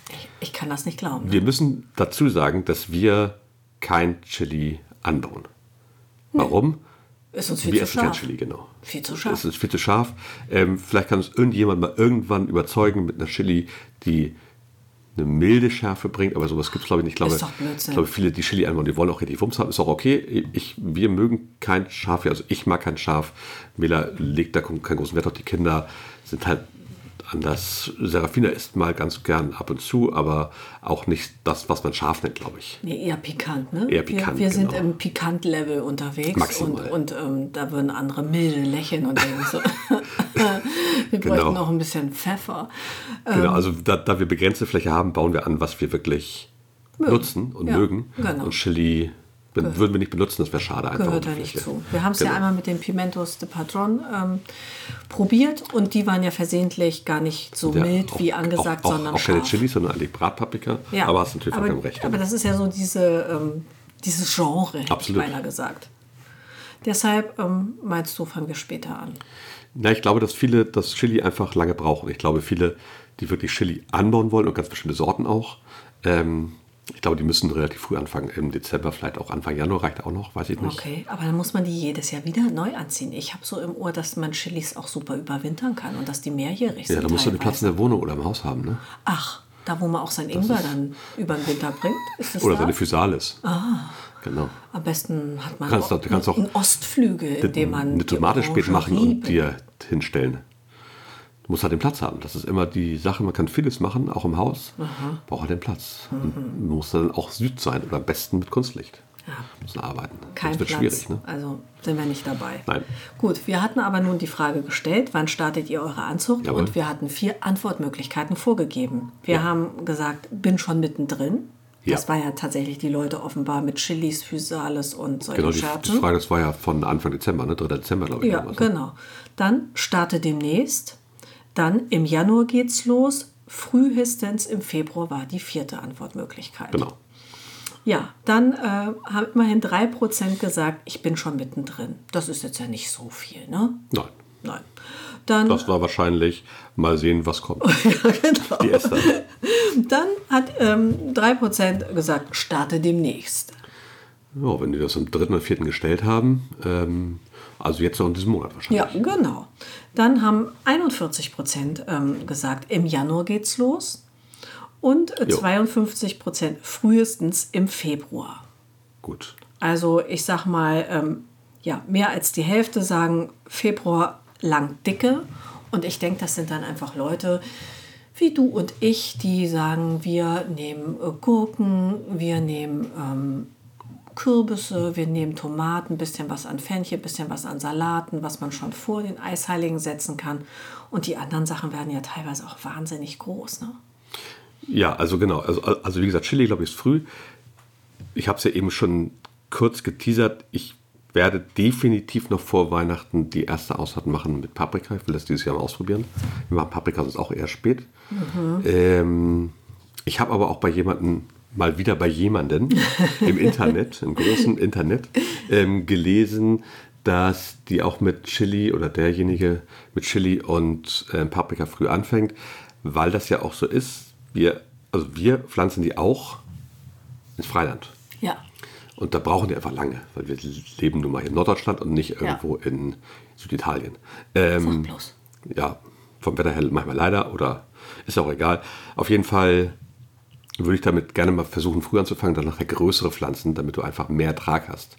Speaker 1: Ich, ich kann das nicht glauben.
Speaker 2: Wir müssen dazu sagen, dass wir kein Chili anbauen. Warum?
Speaker 1: Ist uns viel
Speaker 2: wir
Speaker 1: zu
Speaker 2: essen
Speaker 1: scharf.
Speaker 2: kein Chili, genau.
Speaker 1: Viel zu scharf.
Speaker 2: Es ist viel zu scharf. Ähm, vielleicht kann uns irgendjemand mal irgendwann überzeugen mit einer Chili, die eine milde Schärfe bringt, aber sowas gibt es glaube ich nicht. Ich glaube,
Speaker 1: Ist doch Blödsinn.
Speaker 2: ich glaube, viele, die Chili anbauen, die wollen auch richtig Wumms haben, ist auch okay. Ich, wir mögen kein Schaf, also ich mag kein Schaf. Mela legt da keinen großen Wert auf. Die Kinder sind halt anders. Serafina isst mal ganz gern ab und zu, aber auch nicht das, was man scharf nennt, glaube ich.
Speaker 1: Nee, eher pikant, ne?
Speaker 2: Eher pikant,
Speaker 1: wir wir sind
Speaker 2: genau.
Speaker 1: im Pikant-Level unterwegs
Speaker 2: Maximal.
Speaker 1: und, und ähm, da würden andere milde lächeln und denken so, wir
Speaker 2: Genau.
Speaker 1: bräuchten noch ein bisschen Pfeffer. Ähm,
Speaker 2: Genau, also da, da wir begrenzte Fläche haben, bauen wir an, was wir wirklich nutzen und
Speaker 1: Ja,
Speaker 2: mögen.
Speaker 1: genau.
Speaker 2: Und Chili ben- würden wir nicht benutzen, das wäre schade. Einfach
Speaker 1: Gehört da
Speaker 2: um die
Speaker 1: nicht
Speaker 2: Fläche.
Speaker 1: zu. Wir haben es
Speaker 2: Genau.
Speaker 1: ja einmal mit den Pimentos de Patron ähm, probiert und die waren ja versehentlich gar nicht so
Speaker 2: Ja,
Speaker 1: mild
Speaker 2: auch-
Speaker 1: wie angesagt,
Speaker 2: auch, auch,
Speaker 1: sondern
Speaker 2: auch keine
Speaker 1: scharf.
Speaker 2: Chilis, sondern eigentlich Bratpaprika.
Speaker 1: Ja,
Speaker 2: Aber hast natürlich
Speaker 1: aber,
Speaker 2: vollkommen recht.
Speaker 1: Aber das ist ja so diese, ähm, dieses Genre, hätte ich
Speaker 2: Absolut.
Speaker 1: beinahe gesagt. Deshalb ähm, meinst du, fangen wir später an.
Speaker 2: Na, ich glaube, dass viele das Chili einfach lange brauchen. Ich glaube, viele, die wirklich Chili anbauen wollen und ganz bestimmte Sorten auch, ähm, ich glaube, die müssen relativ früh anfangen. Im Dezember, vielleicht auch Anfang Januar, reicht auch noch, weiß ich nicht.
Speaker 1: Okay, aber dann muss man die jedes Jahr wieder neu anziehen. Ich habe so im Ohr, dass man Chilis auch super überwintern kann und dass die mehrjährig sind. halt
Speaker 2: Ja, da musst du den Platz
Speaker 1: teilweise.
Speaker 2: in der Wohnung oder im Haus haben, ne?
Speaker 1: Ach, da wo man auch seinen Ingwer dann über den Winter bringt, ist das
Speaker 2: Oder
Speaker 1: da?
Speaker 2: seine Physalis. Ah. Genau.
Speaker 1: Am besten hat man
Speaker 2: Kannst
Speaker 1: auch,
Speaker 2: doch- du kannst auch
Speaker 1: einen Ostflügel, in dem man
Speaker 2: eine
Speaker 1: die
Speaker 2: Tomate spät
Speaker 1: Orangen
Speaker 2: machen
Speaker 1: lieben.
Speaker 2: und dir hinstellen. Du musst halt den Platz haben. Das ist immer die Sache. Man kann vieles machen, auch im Haus. Braucht halt den Platz.
Speaker 1: Mhm.
Speaker 2: Und muss dann auch süd sein oder am besten mit Kunstlicht.
Speaker 1: Ja.
Speaker 2: Muss man arbeiten.
Speaker 1: Kein
Speaker 2: das wird
Speaker 1: Platz.
Speaker 2: schwierig. Ne?
Speaker 1: Also sind wir nicht dabei.
Speaker 2: Nein.
Speaker 1: Gut, wir hatten aber nun die Frage gestellt, wann startet ihr eure Anzucht?
Speaker 2: Jawohl.
Speaker 1: Und wir hatten vier Antwortmöglichkeiten vorgegeben. Wir haben gesagt, bin schon mittendrin.
Speaker 2: Ja.
Speaker 1: Das war ja tatsächlich die Leute offenbar mit Chilis, Physalis und solchen
Speaker 2: Genau, die, die
Speaker 1: Scherzen.
Speaker 2: Frage, das war ja von Anfang Dezember, ne? 3. Dezember, glaube ich.
Speaker 1: ja,
Speaker 2: damals, ne?
Speaker 1: genau. Dann starte demnächst. Dann im Januar geht's los. Frühestens im Februar war die vierte Antwortmöglichkeit.
Speaker 2: genau.
Speaker 1: Ja, dann äh, haben immerhin 3% gesagt, ich bin schon mittendrin. Das ist jetzt ja nicht so viel, ne?
Speaker 2: Nein.
Speaker 1: Nein. Dann,
Speaker 2: Das war wahrscheinlich, mal sehen, was kommt. Die Esther.
Speaker 1: genau. dann hat ähm, 3% gesagt, starte demnächst.
Speaker 2: Ja, wenn die das am 3. oder 4. gestellt haben, ähm, also jetzt noch in diesem Monat wahrscheinlich.
Speaker 1: Ja, genau. Dann haben 41% ähm, gesagt, im Januar geht's los. Und äh,
Speaker 2: Jo.
Speaker 1: 52% frühestens im Februar.
Speaker 2: Gut.
Speaker 1: Also ich sag mal, ähm, ja, mehr als die Hälfte sagen Februar lang dicke. Und ich denke, das sind dann einfach Leute wie du und ich, die sagen, wir nehmen äh, Gurken, wir nehmen ähm, Kürbisse, wir nehmen Tomaten, bisschen was an Fenchel, bisschen was an Salaten, was man schon vor den Eisheiligen setzen kann. Und die anderen Sachen werden ja teilweise auch wahnsinnig groß. Ne?
Speaker 2: Ja, also genau. Also, also wie gesagt, Chili, glaube ich, ist früh. Ich habe es ja eben schon kurz geteasert. Ich werde definitiv noch vor Weihnachten die erste Aussaat machen mit Paprika. Ich will das dieses Jahr mal ausprobieren. Wir machen Paprika sonst auch eher spät. Ähm, ich habe aber auch bei jemandem, mal wieder bei jemandem im Internet, im großen Internet, ähm, gelesen, dass die auch mit Chili oder derjenige mit Chili und ähm, Paprika früh anfängt, weil das ja auch so ist. Wir, also wir pflanzen die auch ins Freiland.
Speaker 1: Ja,
Speaker 2: Und da brauchen die einfach lange, weil wir leben nun mal hier in Norddeutschland und nicht irgendwo in Süditalien. Ähm,
Speaker 1: bloß.
Speaker 2: ja, vom Wetter her manchmal leider oder ist auch egal. Auf jeden Fall würde ich damit gerne mal versuchen, früh anzufangen, dann nachher größere Pflanzen, damit du einfach mehr Ertrag hast.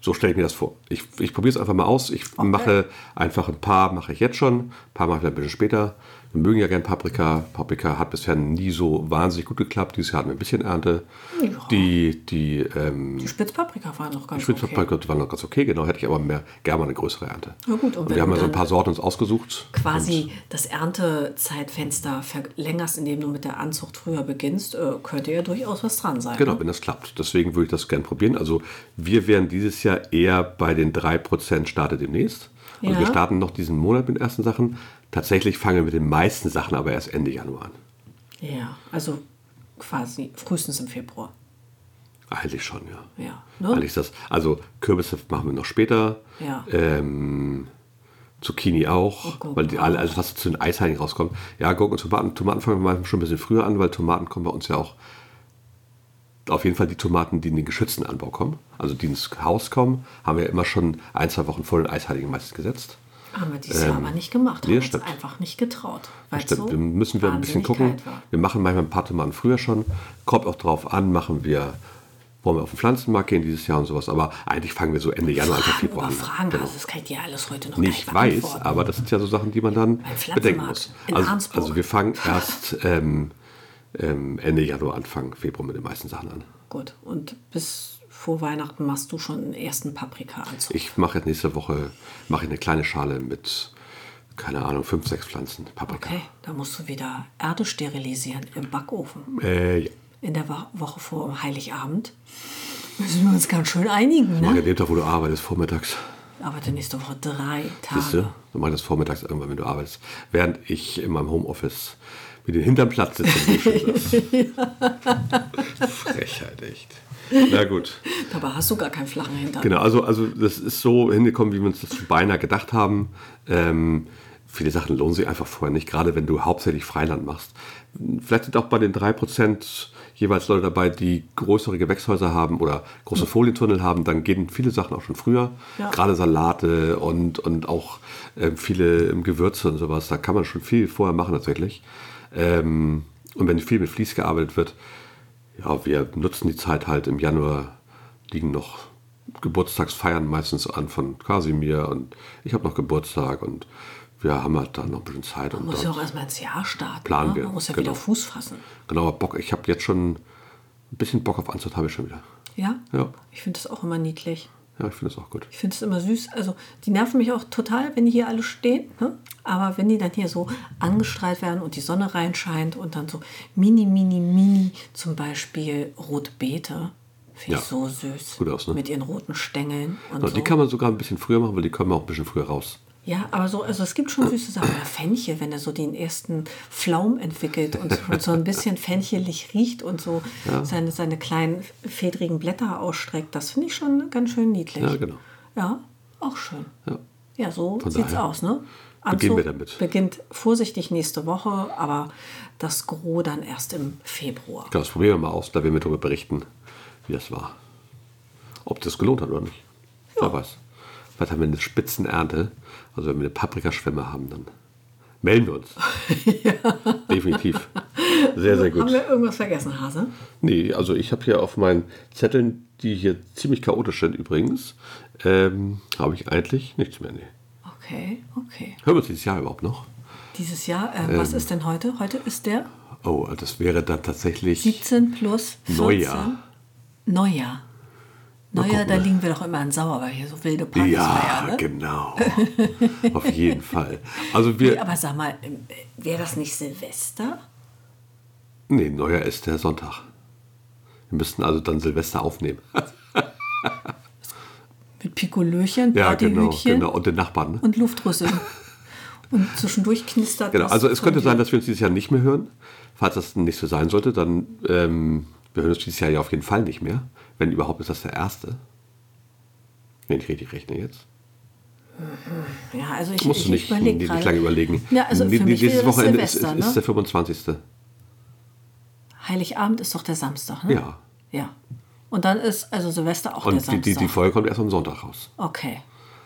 Speaker 2: So stelle ich mir das vor. Ich, ich probiere es einfach mal aus. Ich mache einfach ein paar, mache ich jetzt schon, ein paar mache ich ein bisschen später. Wir mögen ja gern Paprika. Paprika hat bisher nie so wahnsinnig gut geklappt. Dieses Jahr hatten wir ein bisschen Ernte. Die, die ähm,
Speaker 1: die Spitzpaprika waren noch ganz okay.
Speaker 2: Schwitzpaprika waren noch ganz okay, genau. Hätte ich aber mehr, gerne mal eine größere Ernte.
Speaker 1: Na gut, und
Speaker 2: und
Speaker 1: wenn
Speaker 2: wir haben
Speaker 1: du
Speaker 2: ja so ein
Speaker 1: dann-
Speaker 2: paar Sorten uns ausgesucht.
Speaker 1: Quasi das Erntezeitfenster verlängerst, indem du mit der Anzucht früher beginnst, äh, könnte ja durchaus was dran sein. ne?
Speaker 2: Genau, wenn das klappt. Deswegen würde ich das gerne probieren. Also wir wären dieses Jahr eher bei den 3% starte demnächst. Also
Speaker 1: Ja.
Speaker 2: wir starten noch diesen Monat mit den ersten Sachen. Tatsächlich fangen wir mit den meisten Sachen aber erst Ende Januar an.
Speaker 1: Ja, also quasi frühestens im Februar.
Speaker 2: Eigentlich schon, ja.
Speaker 1: Ja,
Speaker 2: Eigentlich
Speaker 1: ne?
Speaker 2: ist das, also Kürbisse machen wir noch später.
Speaker 1: Ja.
Speaker 2: Ähm, Zucchini
Speaker 1: Und
Speaker 2: auch,
Speaker 1: Gurken
Speaker 2: weil die alle,
Speaker 1: auch.
Speaker 2: also was zu den Eisheiligen rauskommt. Ja, Gurken und Tomaten. Tomaten fangen wir manchmal schon ein bisschen früher an, weil Tomaten kommen bei uns ja auch auf jeden Fall die Tomaten, die in den geschützten Anbau kommen, also die ins Haus kommen, haben wir immer schon ein, zwei Wochen vor den Eisheiligen meistens gesetzt.
Speaker 1: Haben wir dieses Jahr aber nicht gemacht, haben
Speaker 2: ähm, nee,
Speaker 1: uns
Speaker 2: stimmt.
Speaker 1: einfach nicht getraut. Weil
Speaker 2: Stimmt,
Speaker 1: so
Speaker 2: wir müssen wir ein bisschen
Speaker 1: wahnsinnig
Speaker 2: gucken.
Speaker 1: kalt war.
Speaker 2: Wir machen manchmal ein paar Tomaten früher schon. Kommt auch drauf an, machen wir, wollen wir auf den Pflanzenmarkt gehen dieses Jahr und sowas. Aber eigentlich fangen wir so Ende Januar, Anfang
Speaker 1: Fragen
Speaker 2: Februar
Speaker 1: über
Speaker 2: an.
Speaker 1: Fragen,
Speaker 2: Genau.
Speaker 1: also das kann ich dir alles heute noch
Speaker 2: Nee,
Speaker 1: gar
Speaker 2: ich weiß,
Speaker 1: beantworten.
Speaker 2: aber das sind ja so Sachen, die man dann
Speaker 1: Pflanzenmarkt
Speaker 2: bedenken muss.
Speaker 1: in
Speaker 2: Also,
Speaker 1: Arnsburg.
Speaker 2: also wir fangen erst ähm, ähm, Ende Januar, Anfang Februar mit den meisten Sachen an.
Speaker 1: Gut, und bis vor Weihnachten machst du schon den ersten also, Paprika-Anzug.
Speaker 2: Ich mache jetzt nächste Woche mache ich eine kleine Schale mit, keine Ahnung, fünf, sechs Pflanzen, Paprika.
Speaker 1: Okay, da musst du wieder Erde sterilisieren im Backofen.
Speaker 2: Äh, ja.
Speaker 1: in der Wa- Woche vor Heiligabend. Müssen wir uns ganz schön einigen,
Speaker 2: Mach
Speaker 1: ne? Ah.
Speaker 2: an dem Tag, wo du arbeitest, vormittags.
Speaker 1: Aber die nächste Woche drei
Speaker 2: Siehst du?
Speaker 1: Tage.
Speaker 2: Du machst das vormittags irgendwann, wenn du arbeitest. Während ich in meinem Homeoffice mit den hinterm Platz sitze. und schön das. Frechheit, echt. Na gut.
Speaker 1: Dabei hast du gar keinen flachen Hintern.
Speaker 2: Genau, also, also das ist so hingekommen, wie wir uns das beinahe gedacht haben. Ähm, viele Sachen lohnen sich einfach vorher nicht, gerade wenn du hauptsächlich Freiland machst. Vielleicht sind auch bei den 3% jeweils Leute dabei, die größere Gewächshäuser haben oder große Folientunnel haben, dann gehen viele Sachen auch schon früher.
Speaker 1: Ja.
Speaker 2: Gerade Salate und, und auch ähm, viele ähm, Gewürze und sowas, da kann man schon viel vorher machen tatsächlich. Ähm, und wenn viel mit Vlies gearbeitet wird, ja, wir nutzen die Zeit halt im Januar, liegen noch Geburtstagsfeiern meistens an von Kasimir und ich habe noch Geburtstag und wir haben halt dann noch ein bisschen Zeit. Und
Speaker 1: Man muss ja
Speaker 2: dann,
Speaker 1: auch erstmal ins Jahr starten.
Speaker 2: Planen
Speaker 1: ne?
Speaker 2: wir,
Speaker 1: Man muss ja
Speaker 2: genau.
Speaker 1: wieder Fuß fassen.
Speaker 2: genau, aber Bock, ich habe jetzt schon ein bisschen Bock auf Anzug habe ich schon wieder.
Speaker 1: Ja?
Speaker 2: Ja.
Speaker 1: Ich finde das auch immer niedlich.
Speaker 2: Ja, ich finde das auch gut.
Speaker 1: Ich finde es immer süß. Also die nerven mich auch total, wenn die hier alle stehen. Ne? Aber wenn die dann hier so angestrahlt werden und die Sonne reinscheint und dann so mini, mini, mini zum Beispiel Rotbeete, finde
Speaker 2: Ja.
Speaker 1: ich so süß.
Speaker 2: Gut aus, ne?
Speaker 1: Mit ihren roten Stängeln und
Speaker 2: So,
Speaker 1: so.
Speaker 2: Die kann man sogar ein bisschen früher machen, weil die kommen auch ein bisschen früher raus.
Speaker 1: Ja, aber so, also es gibt schon süße Sachen. Oder Fenchel, wenn er so den ersten Flaum entwickelt und schon so ein bisschen fenchelig riecht und so seine, seine kleinen fedrigen Blätter ausstreckt, das finde ich schon ganz schön niedlich.
Speaker 2: Ja, genau.
Speaker 1: Ja, auch schön.
Speaker 2: Ja.
Speaker 1: Ja, so
Speaker 2: Von
Speaker 1: sieht's
Speaker 2: daher
Speaker 1: aus, ne?
Speaker 2: beginnen wir damit.
Speaker 1: Beginnt vorsichtig nächste Woche, aber das Gros dann erst im Februar.
Speaker 2: Genau, das probieren wir mal aus, da werden wir darüber berichten, wie das war. Ob das gelohnt hat oder nicht. Wer weiß. Vielleicht haben wir eine Spitzenernte. Also wenn wir eine Paprikaschwemme haben, dann melden wir uns. Definitiv. Sehr, sehr
Speaker 1: Haben
Speaker 2: gut.
Speaker 1: wir irgendwas vergessen, Hase?
Speaker 2: Nee, also ich habe hier auf meinen Zetteln, die hier ziemlich chaotisch sind übrigens, ähm, habe ich eigentlich nichts mehr. Nee.
Speaker 1: Okay, okay.
Speaker 2: Hören wir uns dieses Jahr überhaupt noch?
Speaker 1: Dieses Jahr,
Speaker 2: Ähm.
Speaker 1: äh, was ist denn heute? Heute ist der
Speaker 2: Oh, das wäre dann tatsächlich
Speaker 1: 17 plus 14.
Speaker 2: Neujahr.
Speaker 1: Neujahr. Naja, da liegen wir doch immer an Sauer, weil hier so wilde Partys
Speaker 2: Ja,
Speaker 1: feiern. Ne?
Speaker 2: genau. Auf jeden Fall. Also wir.
Speaker 1: Aber sag mal, ähm, wäre das nicht Silvester?
Speaker 2: Nee, neuer ist der Sonntag. Wir müssten also dann Silvester aufnehmen.
Speaker 1: Mit Pikolöchen,
Speaker 2: Ja, genau,
Speaker 1: Partyhütchen
Speaker 2: genau. Und den Nachbarn. Ne?
Speaker 1: und Luftrüsseln. und zwischendurch knistert
Speaker 2: Genau,
Speaker 1: das
Speaker 2: also es könnte
Speaker 1: von
Speaker 2: sein, dass wir uns dieses Jahr nicht mehr hören. Falls das nicht so sein sollte, dann ähm, wir hören uns dieses Jahr ja auf jeden Fall nicht mehr. Wenn überhaupt ist das der erste. Wenn ich richtig rechne jetzt.
Speaker 1: dir. Ja, also ich,
Speaker 2: Musst
Speaker 1: ich,
Speaker 2: du nicht,
Speaker 1: überleg
Speaker 2: nicht,
Speaker 1: gerade.
Speaker 2: lange überlegen.
Speaker 1: Ja, also
Speaker 2: Nee,
Speaker 1: für
Speaker 2: nee,
Speaker 1: mich
Speaker 2: dieses
Speaker 1: wäre das
Speaker 2: Wochenende ist,
Speaker 1: Silvester,
Speaker 2: ist, ist
Speaker 1: ne?
Speaker 2: der 25.
Speaker 1: Heiligabend ist doch der Samstag, ne?
Speaker 2: Ja.
Speaker 1: Ja. Und dann ist also Silvester auch der
Speaker 2: Und die,
Speaker 1: Samstag.
Speaker 2: die, die Folge kommt erst am Sonntag raus.
Speaker 1: okay.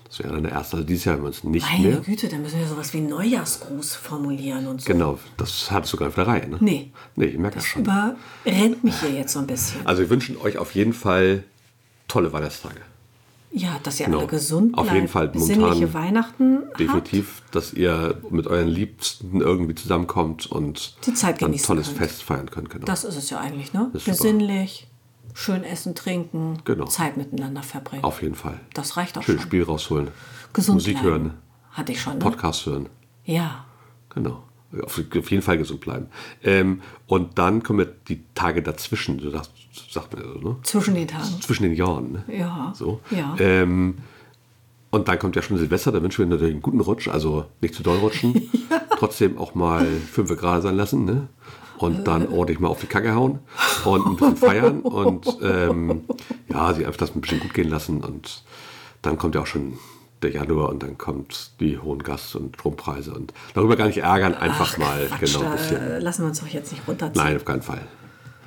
Speaker 2: Das wäre dann der erste. Also dieses Jahr hören wir uns nicht
Speaker 1: Meine
Speaker 2: mehr.
Speaker 1: Güte, dann müssen wir sowas wie Neujahrsgruß formulieren und so.
Speaker 2: Genau, das hattest du gar nicht auf der Reihe, ne?
Speaker 1: Nee.
Speaker 2: Nee, ich merke das
Speaker 1: Das
Speaker 2: schon.
Speaker 1: überrennt mich hier jetzt so ein bisschen.
Speaker 2: Also wir wünschen euch auf jeden Fall tolle Weihnachtstage.
Speaker 1: Ja, dass ihr
Speaker 2: Genau.
Speaker 1: alle gesund
Speaker 2: Auf
Speaker 1: bleibt.
Speaker 2: jeden Fall momentan
Speaker 1: Sinnliche Weihnachten
Speaker 2: Definitiv, dass ihr mit euren Liebsten irgendwie zusammenkommt und
Speaker 1: Die Zeit
Speaker 2: ein
Speaker 1: genießen
Speaker 2: tolles
Speaker 1: könnt.
Speaker 2: Fest feiern könnt. Genau.
Speaker 1: habt. Das ist es ja eigentlich, ne?
Speaker 2: Das ist super.
Speaker 1: Besinnlich, schön essen, trinken,
Speaker 2: Genau.
Speaker 1: Zeit miteinander verbringen.
Speaker 2: auf jeden Fall.
Speaker 1: Das reicht auch
Speaker 2: Schönes
Speaker 1: schon.
Speaker 2: Spiel rausholen.
Speaker 1: gesund
Speaker 2: Musik
Speaker 1: bleiben.
Speaker 2: hören,
Speaker 1: Hatte ich schon, ne?
Speaker 2: Podcast hören.
Speaker 1: Ja.
Speaker 2: Genau. Auf, auf jeden Fall gesund bleiben. Ähm, und dann kommen ja die Tage dazwischen, so sagt, sagt man ja so, ne?
Speaker 1: Zwischen den Tagen.
Speaker 2: Zwischen den Jahren. Ne?
Speaker 1: Ja.
Speaker 2: So.
Speaker 1: Ja.
Speaker 2: Ähm, und dann kommt ja schon Silvester, da wünschen wir natürlich einen guten Rutsch, also nicht zu doll rutschen. Trotzdem auch mal fünf gerade sein lassen, ne? Und dann ordentlich mal auf die Kacke hauen und ein bisschen feiern und ähm, ja, sich einfach das ein bisschen gut gehen lassen. Und dann kommt ja auch schon der Januar und dann kommt die hohen Gas- und Strompreise und darüber gar nicht ärgern, einfach
Speaker 1: Ach,
Speaker 2: mal
Speaker 1: Quatsch,
Speaker 2: genau ein
Speaker 1: da äh,
Speaker 2: bisschen.
Speaker 1: lassen wir uns doch jetzt nicht runterziehen.
Speaker 2: Nein, auf keinen Fall.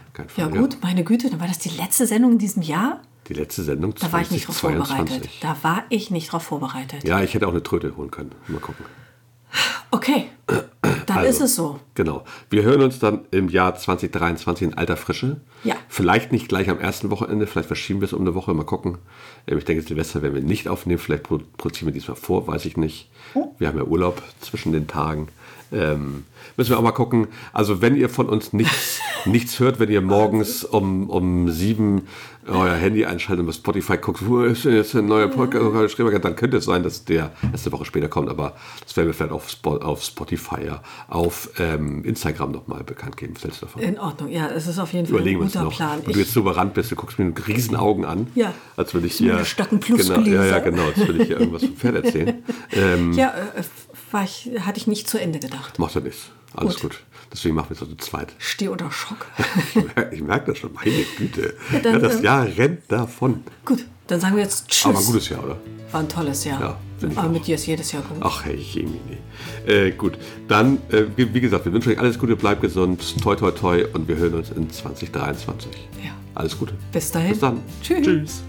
Speaker 2: Auf keinen
Speaker 1: Ja
Speaker 2: Fall
Speaker 1: gut, meine Güte, dann war das die letzte Sendung in diesem Jahr.
Speaker 2: Die letzte Sendung 2022.
Speaker 1: Da war ich nicht drauf vorbereitet. Da war ich nicht drauf vorbereitet.
Speaker 2: Ja, ich hätte auch eine Tröte holen können. Mal gucken.
Speaker 1: Okay, dann
Speaker 2: Also,
Speaker 1: ist es so.
Speaker 2: Genau. Wir hören uns dann im Jahr 2023 in alter Frische.
Speaker 1: Ja.
Speaker 2: Vielleicht nicht gleich am ersten Wochenende, vielleicht verschieben wir es um eine Woche, mal gucken. Ähm, Ich denke, Silvester werden wir nicht aufnehmen, vielleicht produ- produzieren wir diesmal vor, weiß ich nicht. Wir haben ja Urlaub zwischen den Tagen. Ähm, müssen wir auch mal gucken. Also wenn ihr von uns nichts, nichts hört, wenn ihr morgens um, um sieben euer Handy einschaltet und bei Spotify guckt, wo ist denn jetzt ein neuer Podcast, Oh, Gott, Schreberger, dann könnte es sein, dass der erste Woche später kommt, aber das werden wir vielleicht auf, Spo auf Spotify, ja, auf ähm, Instagram nochmal bekannt geben. Was hältst du davon?
Speaker 1: In Ordnung, ja, es ist auf jeden Fall
Speaker 2: Überlegen wir
Speaker 1: ein
Speaker 2: uns
Speaker 1: guter
Speaker 2: noch.
Speaker 1: Plan.
Speaker 2: Wenn du jetzt
Speaker 1: Ich,
Speaker 2: so überrannt bist, du guckst mir mit riesen Augen an.
Speaker 1: Ja.
Speaker 2: Als würde ich
Speaker 1: Ich bin
Speaker 2: hier.
Speaker 1: ein starken Plus
Speaker 2: genau, ja, ja,
Speaker 1: Gläser.
Speaker 2: genau. Als würde ich hier irgendwas vom Pferd erzählen. Ähm,
Speaker 1: ja, äh, war ich, hatte ich nicht zu Ende gedacht.
Speaker 2: Macht ja nichts. Alles
Speaker 1: Gut.
Speaker 2: gut. Deswegen machen wir es auch zu zweit.
Speaker 1: Stehe unter Schock.
Speaker 2: Ich merke, ich merke das schon. Meine Güte. Ja,
Speaker 1: dann,
Speaker 2: das
Speaker 1: ähm,
Speaker 2: Jahr rennt davon.
Speaker 1: Gut, dann sagen wir jetzt Tschüss.
Speaker 2: Aber ein gutes Jahr, oder?
Speaker 1: War ein tolles Jahr.
Speaker 2: Ja, finde ich
Speaker 1: Aber
Speaker 2: auch.
Speaker 1: mit dir ist jedes Jahr gut.
Speaker 2: Ach, hey, Jemini. Äh, gut. Dann, äh, wie wie gesagt, wir wünschen euch alles Gute, bleibt gesund, toi, toi, toi und wir hören uns in 2023.
Speaker 1: Ja.
Speaker 2: Alles Gute.
Speaker 1: Bis dahin.
Speaker 2: Bis dann.
Speaker 1: Tschüss.
Speaker 2: Tschüss.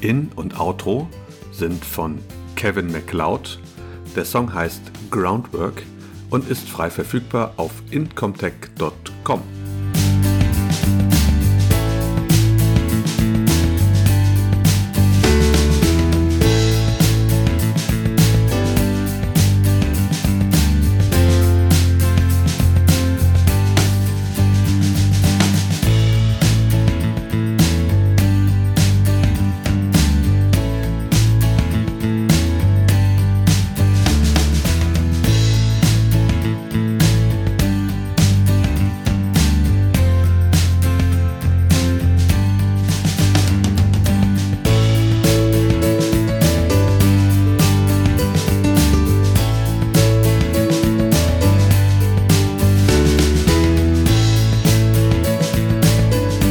Speaker 3: In- und Outro sind von Kevin MacLeod. Der Song heißt Groundwork und ist frei verfügbar auf incomtech.com.